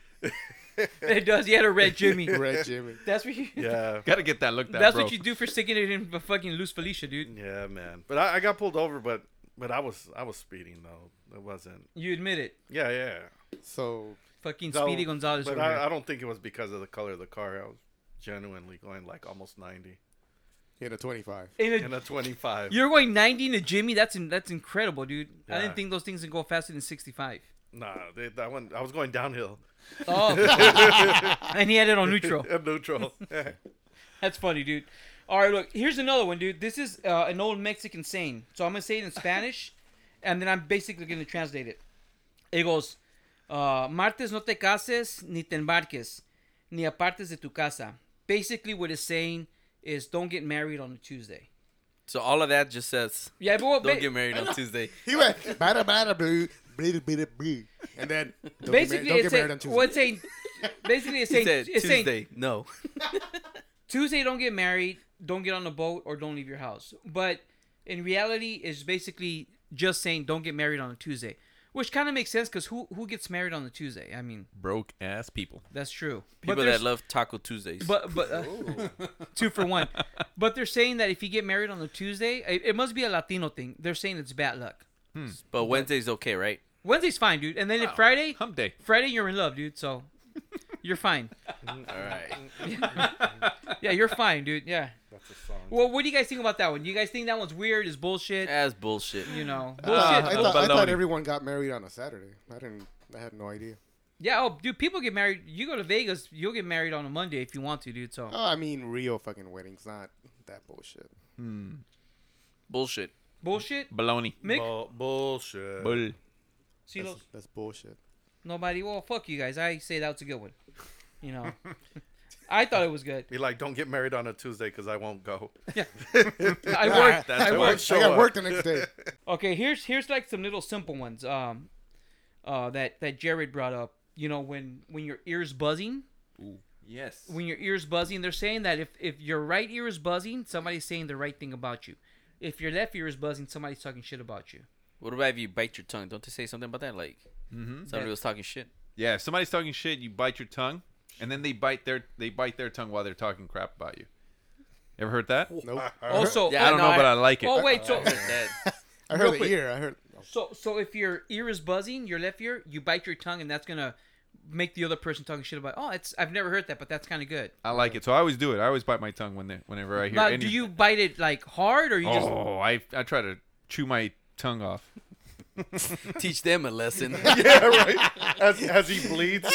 Speaker 11: It does. He had a red Jimmy.
Speaker 4: Red Jimmy.
Speaker 11: That's what you.
Speaker 4: Yeah.
Speaker 12: Gotta get that looked at,
Speaker 11: That's
Speaker 12: bro.
Speaker 11: what you do for sticking it in a fucking loose Felicia, dude.
Speaker 4: Yeah, man. But I, I got pulled over, but but I was I was speeding though. It wasn't.
Speaker 11: You admit it.
Speaker 4: Yeah, yeah.
Speaker 6: So
Speaker 11: Fucking Speedy Gonzales
Speaker 4: But
Speaker 11: over here.
Speaker 4: I, I don't think it was because of the color of the car. I was genuinely going like almost ninety.
Speaker 6: In a twenty-five.
Speaker 11: In a-
Speaker 4: In a twenty-five.
Speaker 11: You're going 90 in a Jimmy. That's in, that's incredible, dude. I
Speaker 4: Yeah.
Speaker 11: didn't think those things would go faster than 65.
Speaker 4: Nah, they, that one. I was going downhill.
Speaker 11: Oh. and he had it on neutral.
Speaker 4: And neutral.
Speaker 11: That's funny, dude. All right, look, here's another one, dude. This is uh, an old Mexican saying. So I'm going to say it in Spanish, and then I'm basically going to translate it. It goes, uh, Martes no te cases ni te embarques, ni apartes de tu casa. Basically, what it's saying is don't get married on a Tuesday.
Speaker 10: So all of that just says.
Speaker 11: Yeah, but what-
Speaker 10: don't
Speaker 11: ba-
Speaker 10: get married
Speaker 11: I know.
Speaker 10: on Tuesday.
Speaker 6: He went bada bada blue, blue blue blue, and then don't
Speaker 11: basically,
Speaker 6: get mar- don't
Speaker 11: it's
Speaker 6: get married on
Speaker 11: saying,
Speaker 6: Tuesday.
Speaker 11: well, it's saying, basically, it's
Speaker 10: He
Speaker 11: saying,
Speaker 10: said
Speaker 11: it's saying,
Speaker 10: Tuesday. No.
Speaker 11: Tuesday, don't get married, don't get on a boat, or don't leave your house. But in reality, it's basically just saying don't get married on a Tuesday, which kind of makes sense because who who gets married on a Tuesday? I mean,
Speaker 12: Broke ass people.
Speaker 11: that's true.
Speaker 10: People
Speaker 11: there's-
Speaker 10: that love Taco Tuesdays.
Speaker 11: But but uh, two for one. But they're saying that if you get married on a Tuesday, it, it must be a Latino thing. They're saying it's bad luck.
Speaker 10: But Wednesday's okay, right?
Speaker 11: Wednesday's fine, dude. And then if Friday, hump day. Friday, you're in love, dude. So you're fine.
Speaker 10: All right.
Speaker 11: yeah, you're fine, dude. Yeah.
Speaker 4: That's a song.
Speaker 11: Well, what do you guys think about that one? You guys think that one's weird? Is bullshit?
Speaker 10: As bullshit.
Speaker 11: You know,
Speaker 4: Uh,
Speaker 6: I
Speaker 11: bullshit.
Speaker 6: thought- I, thought, I thought everyone got married on a Saturday. I didn't. I had no idea.
Speaker 11: yeah. Oh, dude, people get married. You go to Vegas, you'll get married on a Monday if you want to, dude. So
Speaker 4: Uh,
Speaker 6: Oh, I mean, real fucking weddings, not that bullshit.
Speaker 12: Hmm.
Speaker 10: Bullshit.
Speaker 11: bullshit.
Speaker 12: Baloney.
Speaker 11: Mick?
Speaker 4: Bull- bullshit.
Speaker 12: Bull.
Speaker 11: See
Speaker 6: that's,
Speaker 11: those-
Speaker 6: that's bullshit.
Speaker 11: Nobody. Well, fuck you guys. I say that was a good one. You know, I thought it was good.
Speaker 4: Be like, don't get married on a Tuesday because I won't go.
Speaker 11: Yeah. I
Speaker 6: Ah,
Speaker 11: worked.
Speaker 4: That's
Speaker 11: I
Speaker 4: why
Speaker 11: worked.
Speaker 4: show up.
Speaker 11: okay, here's here's like some little simple ones. Um, uh, that that Jared brought up. You know, when when your ears buzzing.
Speaker 12: Yes.
Speaker 11: When your ears buzzing, they're saying that if if your right ear is buzzing, somebody's saying the right thing about you. If your left ear is buzzing, somebody's talking shit about you.
Speaker 10: What about if you bite your tongue? Don't they say something about that? Like
Speaker 11: Mm-hmm.
Speaker 10: somebody was talking shit.
Speaker 12: Yeah, if somebody's talking shit, you bite your tongue, and then they bite their they bite their tongue while they're talking crap about you. Ever heard that?
Speaker 6: Nope.
Speaker 11: Also,
Speaker 12: Uh-huh. yeah, I don't
Speaker 11: no,
Speaker 12: know, but I like it. Uh-huh.
Speaker 11: Oh wait, so
Speaker 6: I heard
Speaker 11: Real
Speaker 6: the
Speaker 11: quick.
Speaker 6: ear, I heard-
Speaker 11: So, so if your ear is buzzing, your left ear, you bite your tongue, and that's gonna make the other person talking shit about. Oh, it's I've never heard that, but that's kind of good.
Speaker 12: I like it, so I always do it. I always bite my tongue when they, whenever I hear.
Speaker 11: Now,
Speaker 12: any,
Speaker 11: do you bite it like hard, or you just?
Speaker 12: Oh, I I try to chew my tongue off.
Speaker 10: Teach them a lesson.
Speaker 4: yeah, right. As, as he bleeds.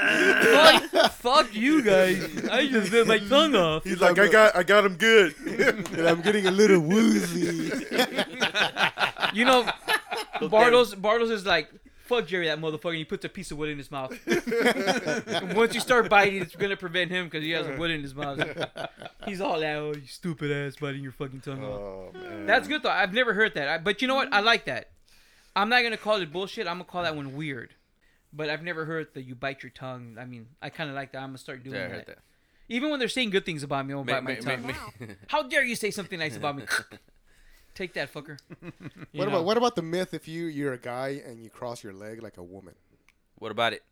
Speaker 11: fuck, fuck you guys. I just bit my tongue off.
Speaker 4: He's like, I got, I got him good.
Speaker 6: and I'm getting a little woozy.
Speaker 11: You know, Bartles Bartles is like, fuck Jerry, that motherfucker. And he puts a piece of wood in his mouth. And Once you start biting, it's gonna prevent him because he has wood in his mouth. He's all like, oh, you stupid ass, biting your fucking tongue off.
Speaker 10: Oh,
Speaker 11: That's good though. I've never heard that. I, but you know what? I like that. I'm not gonna call it bullshit. I'm gonna call that one weird. But I've never heard that you bite your tongue. I mean, I kind of like that. I'm gonna start doing
Speaker 10: Yeah, I
Speaker 11: that.
Speaker 10: heard that.
Speaker 11: Even when they're saying good things about me, I'll
Speaker 10: Ma-
Speaker 11: bite my
Speaker 10: ma-
Speaker 11: tongue.
Speaker 10: ma- ma-
Speaker 11: How dare you say something nice about me? Take that, fucker. You
Speaker 6: What
Speaker 11: know.
Speaker 6: about what about the myth if you you're a guy and you cross your leg like a woman?
Speaker 10: What about it?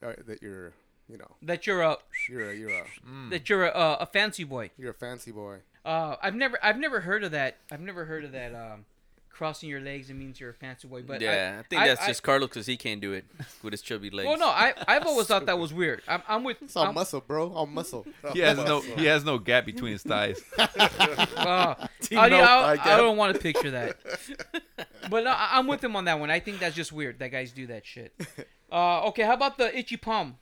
Speaker 6: Uh, that you're, you know,
Speaker 11: that you're a
Speaker 6: you're a you're a
Speaker 12: Hmm.
Speaker 11: that you're a, uh, a, a fancy boy.
Speaker 6: you're a fancy boy.
Speaker 11: Uh, I've never I've never heard of that. I've never heard of that. Um, crossing your legs it means you're a fancy boy. But
Speaker 10: yeah, I, think that's just Carlos because he can't do it with his chubby legs.
Speaker 11: Well, no, I I've always thought that was weird. I'm, I'm with.
Speaker 6: It's all
Speaker 11: I'm-
Speaker 6: muscle, bro. All muscle.
Speaker 12: He has no he has no gap between his thighs.
Speaker 11: Oh,
Speaker 12: Team
Speaker 11: I,
Speaker 12: no
Speaker 11: I-
Speaker 12: thigh
Speaker 11: I
Speaker 12: gap.
Speaker 11: don't want to picture that. But no, I- I'm with him on that one. I think that's just weird that guys do that shit. Uh, okay, how about the itchy palm?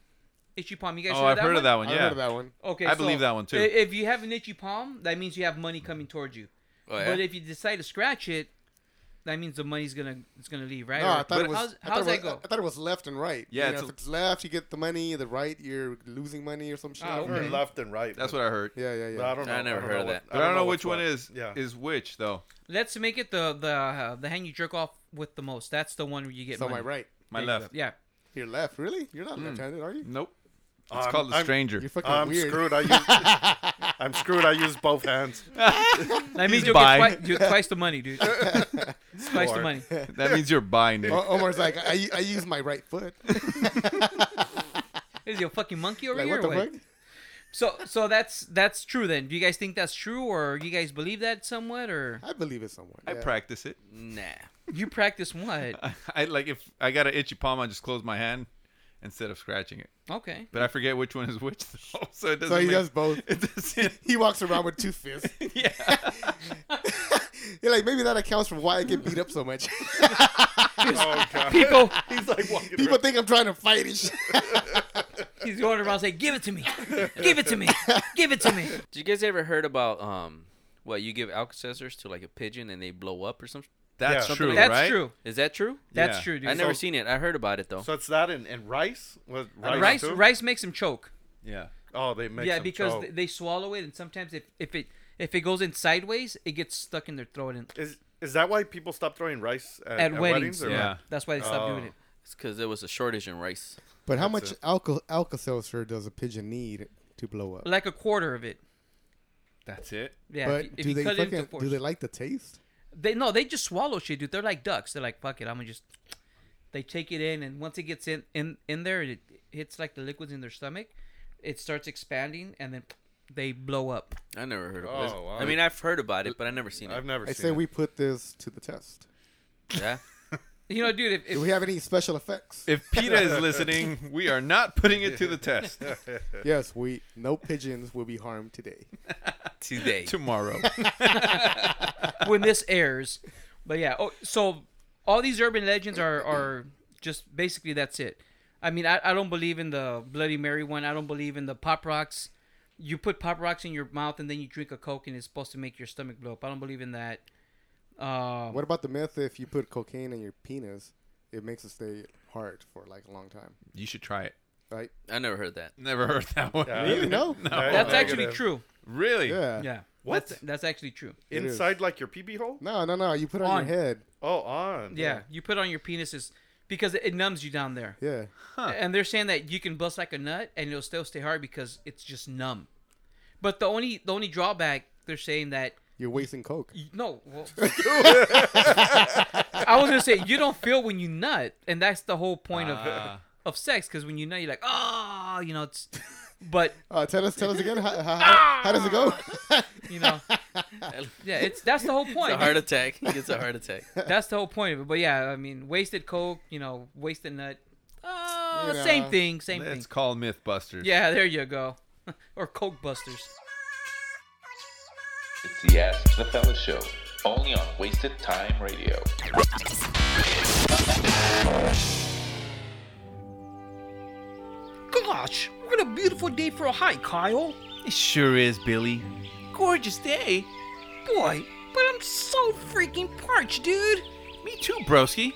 Speaker 11: Itchy palm. You guys
Speaker 12: Oh,
Speaker 11: heard
Speaker 12: I've
Speaker 11: that
Speaker 12: heard
Speaker 11: one?
Speaker 12: of that one, I've yeah. heard of that one.
Speaker 11: Okay,
Speaker 12: I
Speaker 11: so
Speaker 12: believe that one, too.
Speaker 11: i- If you have an itchy palm, that means you have money coming towards you.
Speaker 12: Oh, yeah?
Speaker 11: But if you decide to scratch it, that means the money's gonna it's gonna leave, right?
Speaker 6: No, I
Speaker 11: Or-
Speaker 6: thought it was.
Speaker 11: how's,
Speaker 6: I thought
Speaker 11: how's
Speaker 6: it was,
Speaker 11: that go?
Speaker 6: I thought it was left and right.
Speaker 12: Yeah,
Speaker 6: You
Speaker 12: it's
Speaker 6: know,
Speaker 12: a-
Speaker 6: if it's left, you get the money. The right, you're losing money or some shit.
Speaker 11: Ah,
Speaker 6: I don't know.
Speaker 4: okay. Left and right.
Speaker 12: That's what I heard.
Speaker 6: Yeah, yeah, yeah. No, I don't
Speaker 12: I
Speaker 6: know.
Speaker 12: never
Speaker 6: I don't
Speaker 12: heard
Speaker 6: know
Speaker 12: of
Speaker 6: what-
Speaker 12: that.
Speaker 6: I
Speaker 12: But I
Speaker 6: don't
Speaker 12: don't
Speaker 6: know
Speaker 12: know which
Speaker 6: which
Speaker 12: one
Speaker 6: one.
Speaker 12: is
Speaker 6: Yeah.
Speaker 12: is which though.
Speaker 11: Let's make it the the uh, the hand you jerk off with the most. That's the one where you get.
Speaker 6: So my
Speaker 11: money. Mm.
Speaker 6: right.
Speaker 12: My
Speaker 11: There you go.
Speaker 12: left.
Speaker 11: Yeah.
Speaker 6: You're left, really? You're not left-handed, are you?
Speaker 12: Nope.
Speaker 4: I'm-
Speaker 12: Um,
Speaker 4: I'm-
Speaker 6: You're fucking
Speaker 4: I'm
Speaker 6: weird.
Speaker 4: screwed. I use, I'm screwed. I use both hands.
Speaker 11: That means you'll get twi- you twice the money, dude. twice the
Speaker 4: Or-
Speaker 11: money.
Speaker 12: That means you're buying it.
Speaker 6: O- Omar's like, I, I use my right foot.
Speaker 11: Is he a fucking monkey over
Speaker 6: Like,
Speaker 11: here?
Speaker 6: what
Speaker 11: or
Speaker 6: the
Speaker 11: what? So so that's that's true then. Do you guys think that's true or you guys believe that somewhat or
Speaker 6: I believe it somewhat.
Speaker 12: I practice it.
Speaker 10: Nah.
Speaker 11: You practice what?
Speaker 12: I like if I got an itchy palm, I just close my hand instead of scratching it.
Speaker 11: Okay.
Speaker 12: But I forget which one is which though, so it doesn't.
Speaker 6: So he
Speaker 12: make-
Speaker 6: does both.
Speaker 12: It doesn't.
Speaker 6: He walks around with two fists.
Speaker 12: yeah.
Speaker 6: You're like, maybe that accounts for why I get beat up so much.
Speaker 4: oh god.
Speaker 11: People
Speaker 4: He's like walking.
Speaker 6: People think I'm trying to fight and shit.
Speaker 11: he's going around saying, Give it to me. Give it to me. Give it to me.
Speaker 10: Did you guys ever heard about um, what you give Alka-Seltzers to like a pigeon and they blow up or something?
Speaker 12: That's
Speaker 10: Something
Speaker 12: true,
Speaker 10: like that?
Speaker 11: That's true.
Speaker 10: Is that true?
Speaker 11: That's Yeah. true, dude.
Speaker 10: I never
Speaker 11: So-
Speaker 10: seen it. I heard about it though.
Speaker 4: So it's that and, and rice. What rice?
Speaker 11: Uh, Rice
Speaker 4: too?
Speaker 11: rice makes him choke.
Speaker 12: Yeah.
Speaker 4: Oh, they make.
Speaker 11: yeah,
Speaker 4: them
Speaker 11: because
Speaker 4: choke.
Speaker 11: th- they swallow it and sometimes if, if it if it goes in sideways, it gets stuck in their throat and
Speaker 4: is is that why people stop throwing rice at,
Speaker 11: at, weddings.
Speaker 4: or
Speaker 11: yeah.
Speaker 4: what?
Speaker 11: That's why they stopped doing
Speaker 4: Oh.
Speaker 11: it.
Speaker 10: It's because there was a shortage in rice.
Speaker 6: But how
Speaker 4: That's
Speaker 6: much alcohol Alka Seltzer does a pigeon need to blow up?
Speaker 11: Like a quarter of it.
Speaker 12: That's it.
Speaker 11: Yeah.
Speaker 6: but
Speaker 11: if you- if
Speaker 6: do
Speaker 11: you
Speaker 6: they
Speaker 11: cut it into
Speaker 6: fucking,
Speaker 11: four.
Speaker 6: do they like the taste?
Speaker 11: They no, they just swallow shit, dude. They're like ducks. They're like, fuck it, I'm gonna just. They take it in, and once it gets in in in there, it hits like the liquids in their stomach. It starts expanding, and then they blow up.
Speaker 10: I never heard about it.
Speaker 4: Oh, wow.
Speaker 10: I mean, I've heard about it, but I never seen it.
Speaker 4: I've never.
Speaker 6: I
Speaker 4: seen
Speaker 6: say
Speaker 4: it.
Speaker 6: we put this to the test.
Speaker 10: Yeah.
Speaker 11: You know, dude. If, if
Speaker 6: Do we have any special effects?
Speaker 12: If PETA is listening, we are not putting it to the test
Speaker 6: yes, we no pigeons will be harmed today.
Speaker 10: Today.
Speaker 12: tomorrow.
Speaker 11: when this airs, but yeah. Oh, so all these urban legends are are just basically that's it. I mean, I, I don't believe in the Bloody Mary one. I don't believe in the Pop Rocks. You put Pop Rocks in your mouth, and then you drink a Coke, and it's supposed to make your stomach blow up. I don't believe in that. Um,
Speaker 6: What about the myth if you put cocaine in your penis, it makes it stay hard for like a long time,
Speaker 12: You should try it.
Speaker 6: right?
Speaker 10: I never heard that.
Speaker 12: Never heard that one.
Speaker 4: Yeah.
Speaker 12: either.
Speaker 6: Uh, No.
Speaker 11: That's
Speaker 4: Yeah.
Speaker 11: actually
Speaker 4: Negative.
Speaker 11: true.
Speaker 12: Really?
Speaker 6: Yeah.
Speaker 11: Yeah.
Speaker 4: What?
Speaker 11: That's, that's actually true.
Speaker 6: It is.
Speaker 4: Inside like your pee pee hole?
Speaker 6: No, no, no. You put it on,
Speaker 11: On.
Speaker 6: your head.
Speaker 4: Oh, on.
Speaker 11: Yeah. You put on your penises because it numbs you down there.
Speaker 6: Yeah.
Speaker 11: And they're saying that you can bust like a nut and it'll still stay hard because it's just numb. But the only the only drawback they're saying that
Speaker 6: You're wasting coke.
Speaker 11: No. Well, I was gonna say you don't feel when you nut, and that's the whole point of
Speaker 6: Ah.
Speaker 11: of sex. Because when you nut, you're like, oh, you know, it's. But
Speaker 6: Uh, tell us, tell us again. How, how, how, how does it go?
Speaker 11: you know, yeah, it's that's the whole point.
Speaker 10: It's a heart attack. He gets a heart attack.
Speaker 11: That's the whole point of it. But yeah, I mean, wasted coke, you know, wasted nut. Uh,
Speaker 10: You
Speaker 11: Same
Speaker 10: know.
Speaker 11: thing, same
Speaker 12: It's
Speaker 11: thing.
Speaker 12: called Mythbusters.
Speaker 11: Yeah, there you go. or coke busters.
Speaker 1: It's the Ask the Fella Show, only on Wasted Time Radio.
Speaker 14: Gosh, what a beautiful day for a hike, Kyle.
Speaker 12: It sure is, Billy.
Speaker 14: Gorgeous day. Boy, but I'm so freaking parched, dude.
Speaker 12: Me too, broski.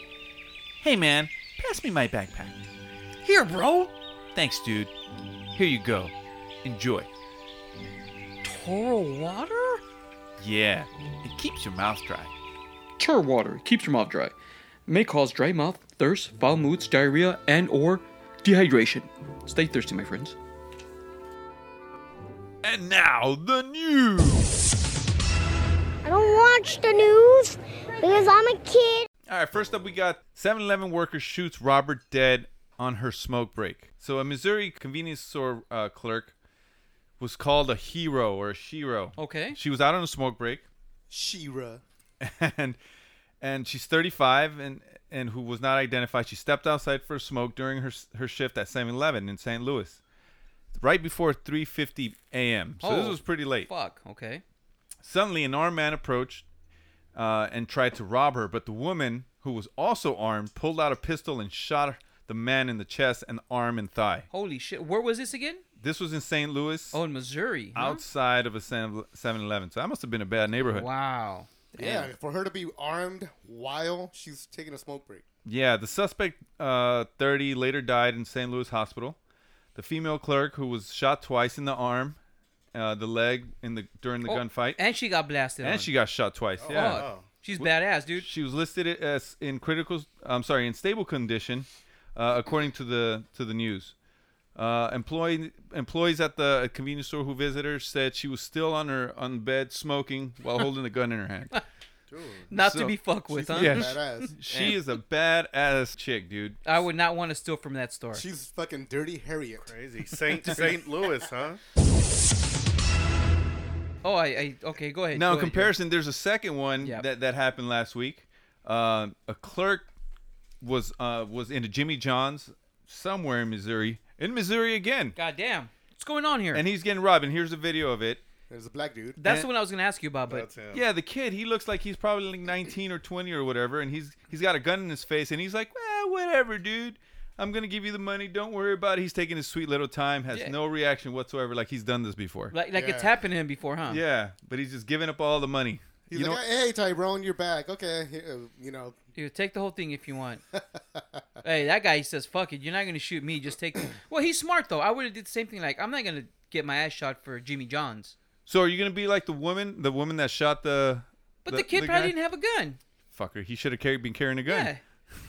Speaker 12: Hey, man, pass me my backpack.
Speaker 14: Here, bro.
Speaker 12: Thanks, dude. Here you go. Enjoy.
Speaker 14: Toro water?
Speaker 12: Yeah, it keeps your mouth dry.
Speaker 15: Char water keeps your mouth dry. May cause dry mouth, thirst, foul moods, diarrhea, and or dehydration. Stay thirsty, my friends.
Speaker 12: And now the news.
Speaker 13: I don't watch the news because I'm a kid.
Speaker 12: All right, first up, we got 7 Eleven worker shoots Robert dead on her smoke break. So, a Missouri convenience store uh, clerk was called a hero or a shiro.
Speaker 11: Okay.
Speaker 12: She was out on a smoke break.
Speaker 6: Shira.
Speaker 12: and and she's 35 and and who was not identified. She stepped outside for a smoke during her her shift at 7-Eleven in St. Louis, right before 3:50 a.m. So this
Speaker 11: Oh,
Speaker 12: was pretty late.
Speaker 11: Fuck. Okay.
Speaker 12: Suddenly, an armed man approached uh, and tried to rob her, but the woman who was also armed pulled out a pistol and shot the man in the chest and arm and thigh.
Speaker 11: Holy shit. Where was this again?
Speaker 12: This was in St. Louis.
Speaker 11: Oh, in Missouri. huh?
Speaker 12: Outside of a 7-Eleven. So that must have been a bad neighborhood.
Speaker 11: Wow.
Speaker 6: Yeah, for her to be armed while she's taking a smoke break.
Speaker 12: Yeah, the suspect, uh, 30, later died in St. Louis hospital. The female clerk, who was shot twice in the arm, uh, the leg in the during the
Speaker 11: Oh,
Speaker 12: gunfight,
Speaker 11: And she got blasted.
Speaker 12: and
Speaker 11: on.
Speaker 12: she got shot twice.
Speaker 11: Fuck.
Speaker 12: yeah,
Speaker 11: She's
Speaker 12: W-
Speaker 11: badass, dude.
Speaker 12: She was listed as in critical. I'm sorry, in stable condition, uh, according to the to the news. Uh, employee employees at the convenience store who visited her said she was still on her on bed smoking while holding the gun in her hand.
Speaker 11: Not to
Speaker 12: So-
Speaker 11: be fucked with, huh?
Speaker 12: Yeah, she is a badass chick, dude.
Speaker 11: I would not want to steal from that store.
Speaker 6: She's fucking dirty Harriet.
Speaker 4: Crazy. Saint Saint Louis, huh?
Speaker 11: Oh, I, I okay. Go ahead.
Speaker 12: Now, in
Speaker 11: go ahead,
Speaker 12: comparison, there's a second one
Speaker 11: Yep.
Speaker 12: that, that happened last week. Uh, a clerk was uh, was in a Jimmy John's somewhere in Missouri. In Missouri again.
Speaker 11: God damn. What's going on here?
Speaker 12: And he's getting robbed. And here's a video of it.
Speaker 6: There's a black dude.
Speaker 11: That's the one I was gonna ask you about, but
Speaker 12: Yeah, the kid. He looks like he's probably like 19 or 20 or whatever, and he's he's got a gun in his face, and he's like, eh, whatever, dude. I'm gonna give you the money. Don't worry about it. He's taking his sweet little time. Has
Speaker 11: Yeah.
Speaker 12: no reaction whatsoever. Like he's done this before.
Speaker 11: like, like it's happened to him before, huh?
Speaker 12: Yeah, but he's just giving up all the money.
Speaker 6: He's like, hey, Tyrone, you're back. Okay, here, uh, you know.
Speaker 11: You take the whole thing if you want. hey, that guy he says, "Fuck it, you're not gonna shoot me. Just take." well, he's smart though. I would have did the same thing. Like, I'm not gonna get my ass shot for Jimmy John's.
Speaker 12: So are you gonna be like the woman, the woman that shot the?
Speaker 11: But the, kid probably
Speaker 12: guy?
Speaker 11: didn't have a gun.
Speaker 12: Fucker, he should have carried, been carrying a gun.
Speaker 11: Yeah,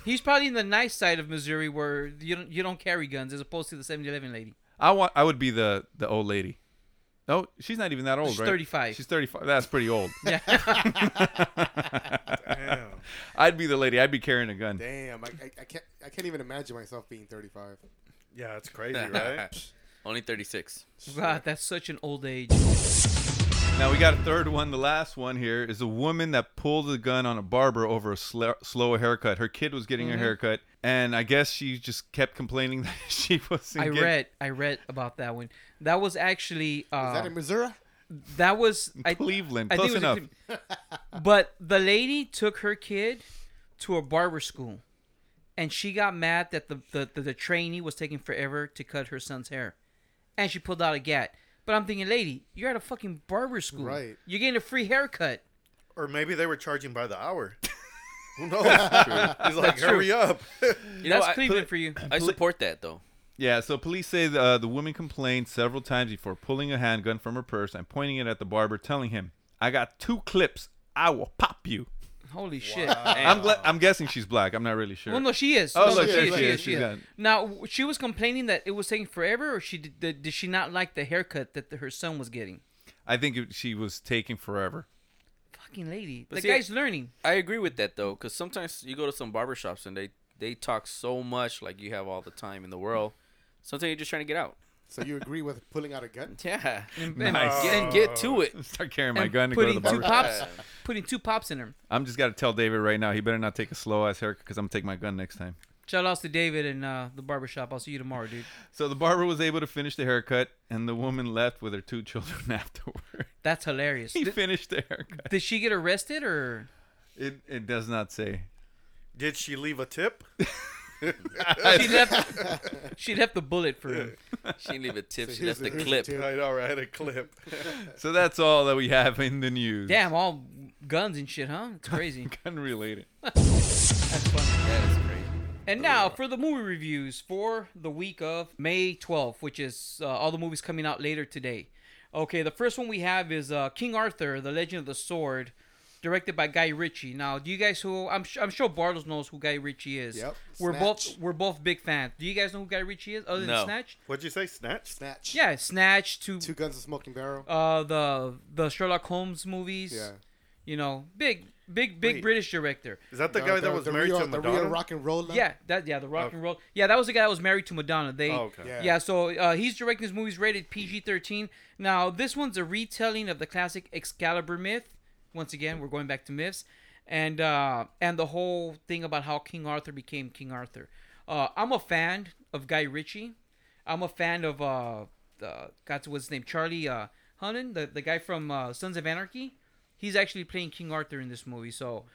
Speaker 11: he's probably in the nice side of Missouri where you don't you don't carry guns, as opposed to the 7-Eleven lady.
Speaker 12: I want, I would be the the old lady. Oh, she's not even that old,
Speaker 11: She's
Speaker 12: right?
Speaker 11: 35.
Speaker 12: She's thirty-five. That's pretty old.
Speaker 11: Yeah.
Speaker 12: Damn. I'd be the lady. I'd be carrying a gun.
Speaker 6: Damn, I, I, I can't. I can't even imagine myself being 35.
Speaker 4: Yeah, it's
Speaker 10: Only 36.
Speaker 11: God, that's such an old age.
Speaker 12: Now we got a third one. The last one here is a woman that pulled a gun on a barber over a sl- slow haircut. Her kid was getting
Speaker 11: Mhm.
Speaker 12: her haircut, and I guess she just kept complaining that she wasn't.
Speaker 11: I
Speaker 12: getting-
Speaker 11: read, I read about that one. That was actually. Uh,
Speaker 4: Um.
Speaker 6: that in Missouri?
Speaker 11: That was I,
Speaker 12: Cleveland,
Speaker 11: I think
Speaker 12: close
Speaker 11: it was in Cle- but the lady took her kid to a barber school, and she got mad that the the, the, the trainee was taking forever to cut her son's hair, and she pulled out a gat. But I'm thinking, lady, you're at a fucking barber school.
Speaker 4: Right.
Speaker 11: You're getting a free haircut.
Speaker 4: Or maybe they were charging by the hour. Who knows?
Speaker 11: That's
Speaker 4: He's like,
Speaker 11: true.
Speaker 4: hurry up.
Speaker 11: You know, That's I- Cleveland for you.
Speaker 10: I support that though.
Speaker 12: Yeah, so police say the, uh, the woman complained several times before pulling a handgun from her purse and pointing it at the barber, telling him, "I got two clips. I will pop you."
Speaker 11: Holy shit.
Speaker 12: I'm gla- I'm guessing she's black. I'm not really sure.
Speaker 11: Well, no, she is.
Speaker 12: Oh,
Speaker 11: No,
Speaker 12: look,
Speaker 11: she,
Speaker 12: there
Speaker 11: is, she is. She
Speaker 12: She's
Speaker 11: is.
Speaker 12: got-
Speaker 11: Now, w- she was complaining that it was taking forever, or she did, did, did she not like the haircut that the, her son was getting?
Speaker 12: I think it, she was taking forever.
Speaker 11: fucking lady.
Speaker 10: But
Speaker 11: the
Speaker 10: see,
Speaker 11: guy's learning.
Speaker 10: I agree with that though, because sometimes you go to some barbershops and they they talk so much like you have all the time in the world. Sometimes you're just trying to get out.
Speaker 6: So you agree with pulling out a gun?
Speaker 10: Yeah, and,
Speaker 12: Nice.
Speaker 10: and, and get to it.
Speaker 12: Start carrying my
Speaker 10: And
Speaker 12: gun to go to the
Speaker 11: putting two
Speaker 12: barber.
Speaker 11: pops, putting two pops in him.
Speaker 12: I'm just gotta tell David right now he better not take a slow ass haircut because I'm gonna take my gun next time.
Speaker 11: Shout outs to David and uh, the barbershop. I'll see you tomorrow, dude.
Speaker 12: So the barber was able to finish the haircut, and the woman left with her two children afterward.
Speaker 11: That's hilarious.
Speaker 12: He finished the haircut.
Speaker 11: Did she get arrested or?
Speaker 12: It it does not say.
Speaker 4: Did she leave a tip?
Speaker 11: She left. she left the bullet for him.
Speaker 10: She didn't leave a tip.
Speaker 4: So
Speaker 10: she
Speaker 4: here's
Speaker 10: left the
Speaker 4: a- here's a
Speaker 10: clip.
Speaker 4: tip. Right, all right, a clip.
Speaker 12: So that's all that we have in the news.
Speaker 11: Damn, all guns and shit, huh? It's crazy.
Speaker 12: Gun related.
Speaker 11: That's funny.
Speaker 10: That is crazy.
Speaker 11: And now for the movie reviews for the week of May 12th, which is uh, all the movies coming out later today. Okay, the first one we have is uh, King Arthur: The Legend of the Sword, directed by Guy Ritchie. Now, do you guys who I'm sh- I'm sure Bartles knows who Guy Ritchie is.
Speaker 6: Yep,
Speaker 11: We're
Speaker 6: Snatch.
Speaker 11: both we're both big fans. Do you guys know who Guy Ritchie is other than Snatch?
Speaker 4: What'd you say? Snatch.
Speaker 6: Snatch.
Speaker 11: Yeah, Snatch to
Speaker 6: Two guns and smoking barrel.
Speaker 11: uh the the Sherlock Holmes movies.
Speaker 6: Yeah.
Speaker 11: You know, big big big
Speaker 6: Wait.
Speaker 11: British director.
Speaker 4: Is that the guy that was married
Speaker 6: Rio,
Speaker 4: to
Speaker 6: the
Speaker 4: Madonna?
Speaker 6: Rio rock and roll?
Speaker 11: Yeah, that yeah, the rock
Speaker 6: Oh.
Speaker 11: and roll. Yeah, that was the guy that was married to Madonna. They
Speaker 4: Oh, okay.
Speaker 11: yeah.
Speaker 4: Yeah.
Speaker 11: so uh, he's directing his movies rated PG-13. Now, this one's a retelling of the classic Excalibur myth. Once again, we're going back to myths and uh and the whole thing about how King Arthur became King Arthur. Uh I'm a fan of Guy Ritchie. I'm a fan of uh uh got to what's his name? Charlie uh Hunnam, the, the guy from uh, Sons of Anarchy. He's actually playing King Arthur in this movie, so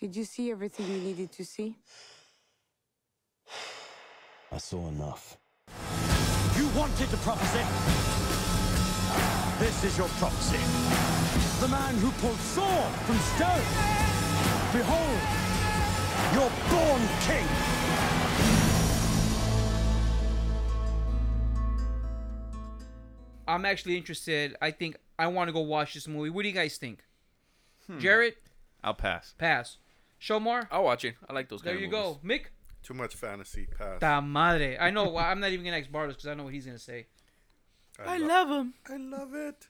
Speaker 16: Did you see everything you needed to see?
Speaker 17: I saw enough. You wanted the prophecy. This is your prophecy. The man who pulled sword from stone. Behold, your born king.
Speaker 11: I'm actually interested. I think I want to go watch this movie. What do you guys think? Jarrett,
Speaker 12: I'll pass.
Speaker 11: pass. Shomar,
Speaker 10: Hmm. I'll watch it. I like those.
Speaker 11: there
Speaker 10: kind
Speaker 11: you
Speaker 10: of
Speaker 11: go. Mick,
Speaker 4: Too much fantasy. Pass.
Speaker 11: ta madre. I know. I'm not even gonna ask Bartos because I know what he's gonna say.
Speaker 4: I
Speaker 11: love him.
Speaker 4: I love it.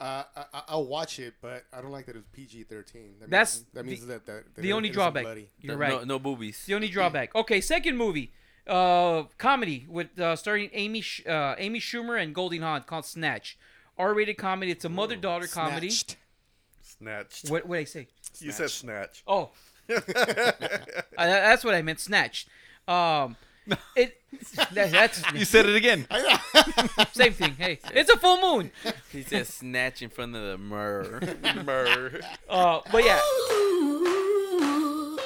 Speaker 6: Uh, I, I- I'll watch it, but I don't like that it's PG thirteen. That
Speaker 11: That's
Speaker 6: means, that means
Speaker 11: the,
Speaker 6: that, that, that
Speaker 11: the
Speaker 6: it-
Speaker 11: only
Speaker 6: it isn't
Speaker 11: drawback.
Speaker 6: bloody.
Speaker 11: You're
Speaker 10: No-
Speaker 11: right.
Speaker 10: no boobies.
Speaker 11: The only drawback. Okay, second movie, uh, comedy with uh, starring Amy Sh- uh, Amy Schumer and Goldie Hawn called Snatch, R-rated comedy. It's a mother-daughter comedy.
Speaker 4: Snatched.
Speaker 11: What what I say?
Speaker 4: You said snatch.
Speaker 11: Oh, I- that's what I meant. Snatched. Um, it. That, that's
Speaker 12: You said it again.
Speaker 11: Same thing. Hey, it's a full moon.
Speaker 10: He said snatch in front of the mirror. mirror.
Speaker 11: Uh, but yeah.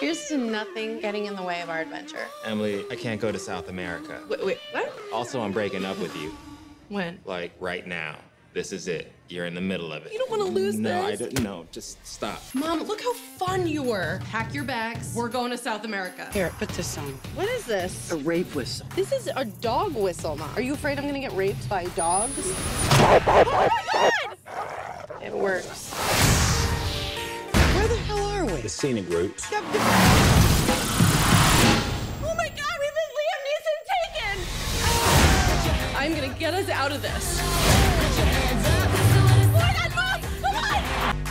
Speaker 3: Here's to nothing getting in the way of our adventure.
Speaker 18: Emily, I can't go to South America.
Speaker 3: Wait, wait, what?
Speaker 18: Also, I'm breaking up with you.
Speaker 3: When?
Speaker 18: Like right now. This is it. You're in the middle of it.
Speaker 3: You don't wanna lose
Speaker 18: no,
Speaker 3: this.
Speaker 18: I don't. No, just stop.
Speaker 3: Mom, look how fun you were. Pack your bags. We're going to South America.
Speaker 19: Here, put this on.
Speaker 3: What is this?
Speaker 19: A rape whistle.
Speaker 3: This is a dog whistle, Mom. Are you afraid I'm gonna get raped by dogs?
Speaker 19: It works. Where the hell are we?
Speaker 17: The scenic route.
Speaker 3: Oh my god, we've been Liam Neeson taken! I'm gonna get us out of this.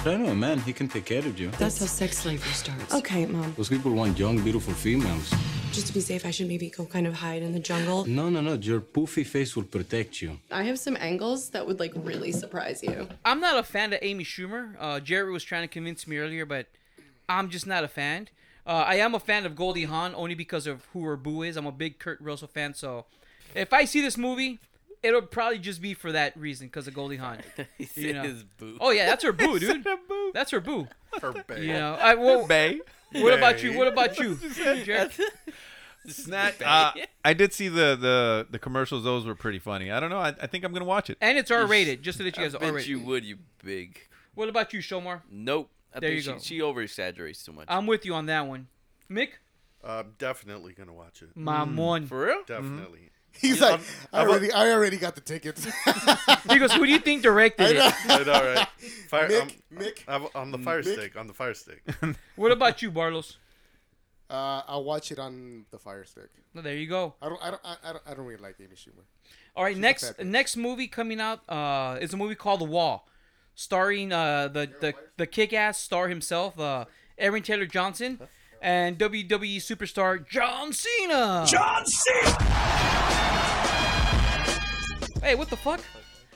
Speaker 20: But I know a man, he can take care of you.
Speaker 19: That's how sex slavery starts.
Speaker 21: Okay, Mom.
Speaker 20: Those people want young, beautiful females.
Speaker 21: Just to be safe, I should maybe go kind of hide in the jungle.
Speaker 20: No, no, no. Your poofy face will protect you.
Speaker 21: I have some angles that would like really surprise you.
Speaker 11: I'm not a fan of Amy Schumer. Uh, Jared was trying to convince me earlier, but I'm just not a fan. Uh, I am a fan of Goldie Hawn only because of who her boo is. I'm a big Kurt Russell fan, so if I see this movie, it'll probably just be for that reason because of Goldie Hawn.
Speaker 10: said his boo.
Speaker 11: Oh yeah, that's her boo,
Speaker 10: He said
Speaker 11: dude. That's her boo.
Speaker 4: Her bae.
Speaker 11: You know, I well,
Speaker 12: Bae.
Speaker 11: What about you?
Speaker 12: Bae.
Speaker 11: What about you? Jared?
Speaker 12: Snatch. Uh, I did see the, the the commercials. Those were pretty funny. I don't know. I, I think I'm gonna watch it.
Speaker 11: And it's R-rated, just so that you guys
Speaker 10: I
Speaker 11: are
Speaker 10: bet
Speaker 11: R-rated.
Speaker 10: you would, you big.
Speaker 11: What about you, Shomar?
Speaker 10: Nope. I
Speaker 11: There
Speaker 10: think
Speaker 11: you
Speaker 10: she,
Speaker 11: go.
Speaker 10: She over exaggerates too much.
Speaker 11: I'm with you on that one. Mick,
Speaker 4: I'm definitely gonna watch
Speaker 6: Mm-hmm.
Speaker 4: it.
Speaker 10: Mm.
Speaker 11: Mamon.
Speaker 10: For real?
Speaker 4: Definitely.
Speaker 6: He's like, I already, I already got the tickets. Uh,
Speaker 11: he goes, "Who do you think directed it?"
Speaker 4: I know, right? Fire,
Speaker 6: Mick,
Speaker 4: I'm, I'm, I'm the fire
Speaker 6: Mick.
Speaker 4: stick. On the fire stick.
Speaker 11: What about you, Barlos?
Speaker 6: Uh, I'll watch it on the Fire Stick.
Speaker 11: Well, there you go.
Speaker 6: I don't, I don't, I I don't, I don't really like Amy Schumer.
Speaker 11: All right,
Speaker 6: She's a
Speaker 11: next
Speaker 6: fat bitch.
Speaker 11: next movie coming out uh, is a movie called The Wall, starring uh, the the the kick-ass star himself, uh, Aaron Taylor Johnson, and WWE superstar John Cena.
Speaker 14: John Cena!
Speaker 11: Hey, what the fuck?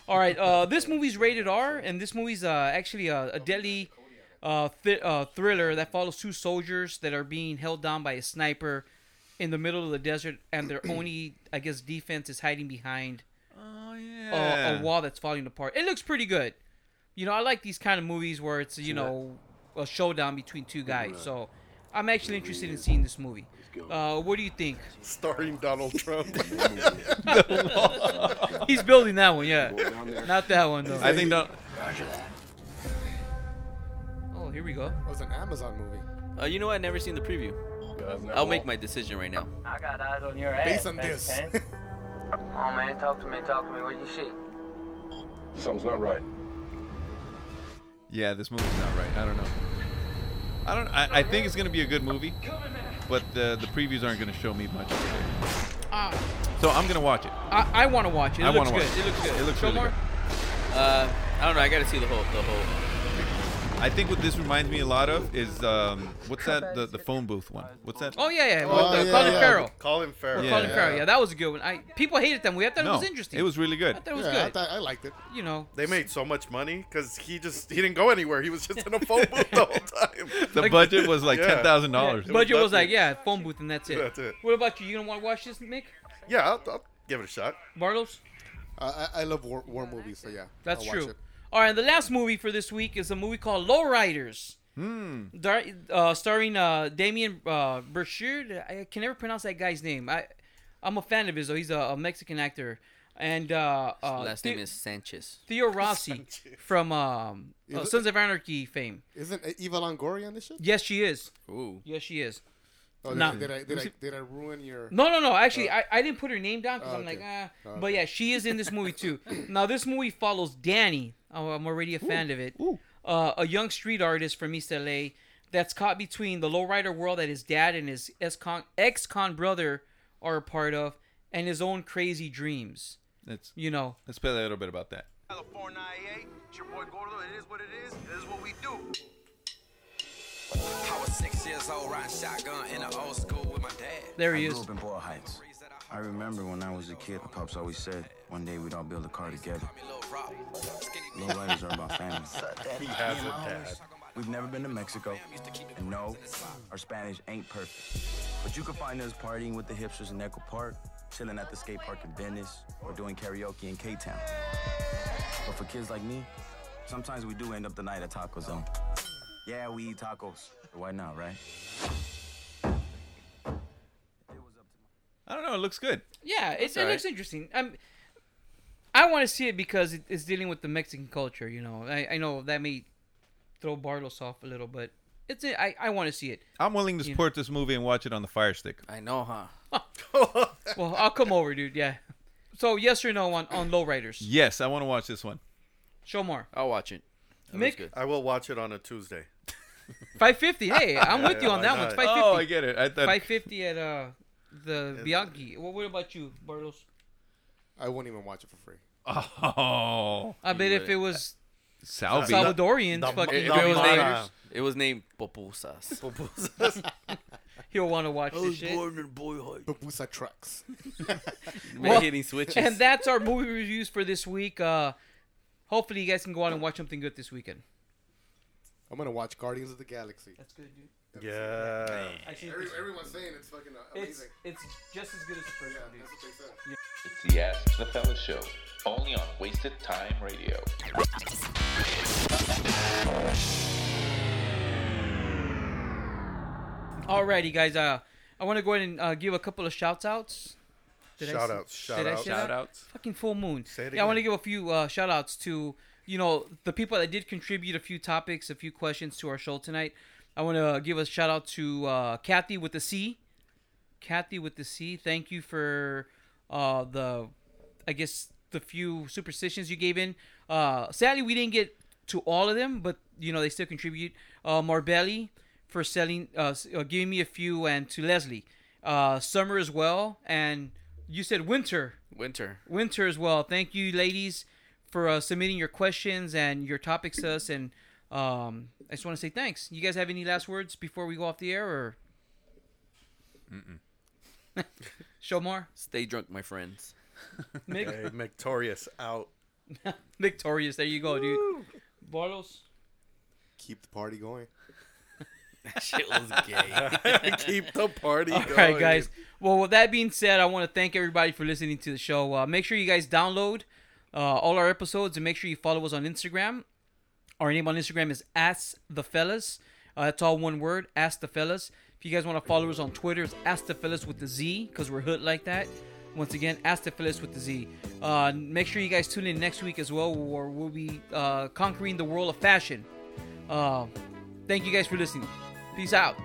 Speaker 11: All right, uh, this movie's rated R, and this movie's uh, actually a, a deadly uh, th- uh, thriller that follows two soldiers that are being held down by a sniper in the middle of the desert, and their only, I guess, defense is hiding behind
Speaker 12: Oh
Speaker 11: uh,
Speaker 12: yeah.
Speaker 11: a wall that's falling apart. It looks pretty good. You know, I like these kind of movies where it's you know a showdown between two guys. So I'm actually interested in seeing this movie. Uh, what do you think?
Speaker 4: Starring Donald Trump.
Speaker 11: He's building that one, yeah. Not that one though.
Speaker 12: I think Don-
Speaker 11: Oh, here we go.
Speaker 6: It was an Amazon movie.
Speaker 10: Uh, you know what? I never seen the preview. I'll make my decision right now.
Speaker 22: I got eyes on your ass.
Speaker 6: Based on
Speaker 22: Thanks,
Speaker 6: this.
Speaker 22: Ken. oh man, talk to me, talk to me. What do you see?
Speaker 9: Something's not right.
Speaker 12: Yeah, this movie's not right. I don't know. I don't. I, I think it's gonna be a good movie, but the the previews aren't gonna show me much.
Speaker 11: Ah.
Speaker 12: So I'm gonna watch it.
Speaker 11: I, I want to watch it. It
Speaker 12: I
Speaker 11: looks
Speaker 12: wanna
Speaker 11: good.
Speaker 12: watch it.
Speaker 11: It looks good.
Speaker 12: It looks
Speaker 11: Show
Speaker 12: really
Speaker 11: more?
Speaker 10: Uh, I don't know. I gotta see the whole the whole.
Speaker 12: I think what this reminds me a lot of is um, what's that? The the phone booth one. What's that?
Speaker 11: Oh yeah, yeah. With
Speaker 4: Oh,
Speaker 11: uh,
Speaker 4: yeah,
Speaker 11: Colin
Speaker 4: yeah,
Speaker 11: Farrell.
Speaker 4: with Colin Farrell.
Speaker 11: With Colin
Speaker 12: Yeah.
Speaker 11: Farrell. Yeah, that was a good one. I people hated that movie. I thought it was interesting.
Speaker 12: It was really good.
Speaker 11: I thought it was
Speaker 4: Yeah, I
Speaker 11: good.
Speaker 4: thought-
Speaker 6: I liked it.
Speaker 11: You know,
Speaker 4: They made so much money because he just he didn't go anywhere. He was just in a phone booth the whole time.
Speaker 12: The budget was like ten thousand dollars.
Speaker 11: Yeah, budget was like, yeah, phone booth, and that's it.
Speaker 4: That's it.
Speaker 11: What about you? You don't want to watch this, Mick?
Speaker 4: Yeah, I'll, I'll give it a shot.
Speaker 11: Bartles?
Speaker 6: Uh, I, I love war, war movies, so yeah.
Speaker 11: That's
Speaker 6: I'll watch
Speaker 11: true.
Speaker 6: it.
Speaker 11: All right, the last movie for this week is a movie called Lowriders.
Speaker 12: Hmm.
Speaker 11: Dar- uh, starring uh, Damien uh, Berchir. I can never pronounce that guy's name. I, I'm a fan of his, though. He's a, a Mexican actor. And uh, uh,
Speaker 10: Last
Speaker 11: Theo-
Speaker 10: name is Sanchez.
Speaker 11: Theo Rossi from um, uh,
Speaker 6: Is it-
Speaker 11: Sons of Anarchy fame.
Speaker 6: Isn't uh, Eva Longoria on this shit?
Speaker 11: Yes, she is.
Speaker 10: Ooh.
Speaker 11: Yes, she is.
Speaker 6: Oh,
Speaker 11: Nah.
Speaker 6: did, I, did, I,
Speaker 11: Lucy-
Speaker 6: did, I, did I ruin your?
Speaker 11: No, no, no. Actually, I, I didn't put her name down because
Speaker 6: Oh,
Speaker 11: I'm like,
Speaker 6: okay.
Speaker 11: ah.
Speaker 6: Oh,
Speaker 11: But
Speaker 6: okay.
Speaker 11: yeah, she is in this movie too. now, this movie follows Danny. Oh, I'm already a fan of it. Uh, a young street artist from East LA that's caught between the lowrider world that his dad and his ex-con, ex-con brother are a part of and his own crazy dreams.
Speaker 12: That's
Speaker 11: you know.
Speaker 12: Let's play a little bit about that.
Speaker 8: It's your boy Gordo. It is what it is. It is what we do. I was six years old riding shotgun in an old school with my dad.
Speaker 11: There he
Speaker 8: I
Speaker 11: is.
Speaker 8: grew up in Boyle Heights. I remember when I was a kid, the pops always said, one day we'd all build a car together. Low riders are about family. He has a dad. We've never been to Mexico. And no, our Spanish ain't perfect. But you can find us partying with the hipsters in Echo Park, chilling at the skate park in Venice, or doing karaoke in K Town. But for kids like me, sometimes we do end up the night at Taco Zone. Yeah, we eat tacos. But why not, right?
Speaker 12: I don't know. It looks good.
Speaker 11: Yeah, it,
Speaker 12: That's
Speaker 11: it
Speaker 12: all
Speaker 11: looks
Speaker 12: right.
Speaker 11: interesting. i I want to see it because it, it's dealing with the Mexican culture. You know, I, I know that may throw Bartles off a little, but it's a- I, I want to see it.
Speaker 12: I'm willing to
Speaker 11: You know.
Speaker 12: support this movie and watch it on the Fire Stick.
Speaker 10: I know, huh?
Speaker 11: well, I'll come over, dude. Yeah. So yes or no on on lowriders.
Speaker 12: Yes, I want to watch this one.
Speaker 11: Show more.
Speaker 10: I'll watch it.
Speaker 11: That looks Mick?
Speaker 4: I will watch it on a Tuesday.
Speaker 11: Five fifty. Hey, I'm with you on that one. It's Five fifty.
Speaker 12: Oh, I get it. I thought
Speaker 11: Five fifty at uh the Bianchi. Well, what about you, Bartles?
Speaker 6: I won't even watch it for free.
Speaker 12: Oh.
Speaker 11: I bet if it was
Speaker 12: Salvi.
Speaker 11: Salvadorians,
Speaker 10: The-
Speaker 11: fucking
Speaker 10: If it was named,
Speaker 11: Lowriders.
Speaker 10: it was named Popusas.
Speaker 11: Popusas. He'll want to watch
Speaker 10: I
Speaker 11: this
Speaker 10: was
Speaker 11: shit.
Speaker 10: born in boyhood.
Speaker 6: Babusa trucks.
Speaker 10: Man hitting switches.
Speaker 11: And that's our movie reviews for this week. Uh, hopefully, you guys can go out and watch something good this weekend.
Speaker 6: I'm gonna watch Guardians of the Galaxy.
Speaker 11: That's good, dude.
Speaker 4: Yeah.
Speaker 6: Every, everyone's saying it's fucking amazing.
Speaker 11: It's, just as good as the first one, dude.
Speaker 1: It's the Ask the Fella Show, only on Wasted Time Radio.
Speaker 11: Alrighty, guys. Uh, I want to go ahead and uh, give a couple of shout outs.
Speaker 4: Shout outs, shout outs. Shout outs.
Speaker 11: Fucking full moon.
Speaker 4: Say it
Speaker 11: yeah, I want to
Speaker 4: again.
Speaker 11: give a few uh, shout outs to, you know, the people that did contribute a few topics, a few questions to our show tonight. I want to give a shout out to uh, Kathy with the C. Kathy with the C. Thank you for uh, the, I guess, the few superstitions you gave in. Uh, sadly, we didn't get to all of them, but, you know, they still contribute. Uh, Marbelli for selling, uh, s- uh, giving me a few, and to Leslie. Uh, Summer as well, and you said winter.
Speaker 10: Winter.
Speaker 11: Winter as well. Thank you, ladies, for uh, submitting your questions and your topics to us. And um, I just want to say thanks. You guys have any last words before we go off the air or?
Speaker 10: Mm-mm.
Speaker 11: Shomar?
Speaker 10: Stay drunk, my friends.
Speaker 11: Mick?
Speaker 4: Hey, Victorious out.
Speaker 11: Victorious. There you go, dude. Bartles?
Speaker 6: Keep the party going.
Speaker 10: That shit was gay.
Speaker 4: Keep the party
Speaker 11: All
Speaker 4: going.
Speaker 11: right, guys. Well, with that being said, I want to thank everybody for listening to the show. Uh, make sure you guys download uh, all our episodes and make sure you follow us on Instagram. Our name on Instagram is Ask the Fellas. Uh, that's all one word, Ask the Fellas. If you guys want to follow us on Twitter, it's Ask the Fellas with the Z because we're hood like that. Once again, Ask the Fellas with the Z. Uh, make sure you guys tune in next week as well, where we'll be uh, conquering the world of fashion. Uh, thank you guys for listening. Peace out.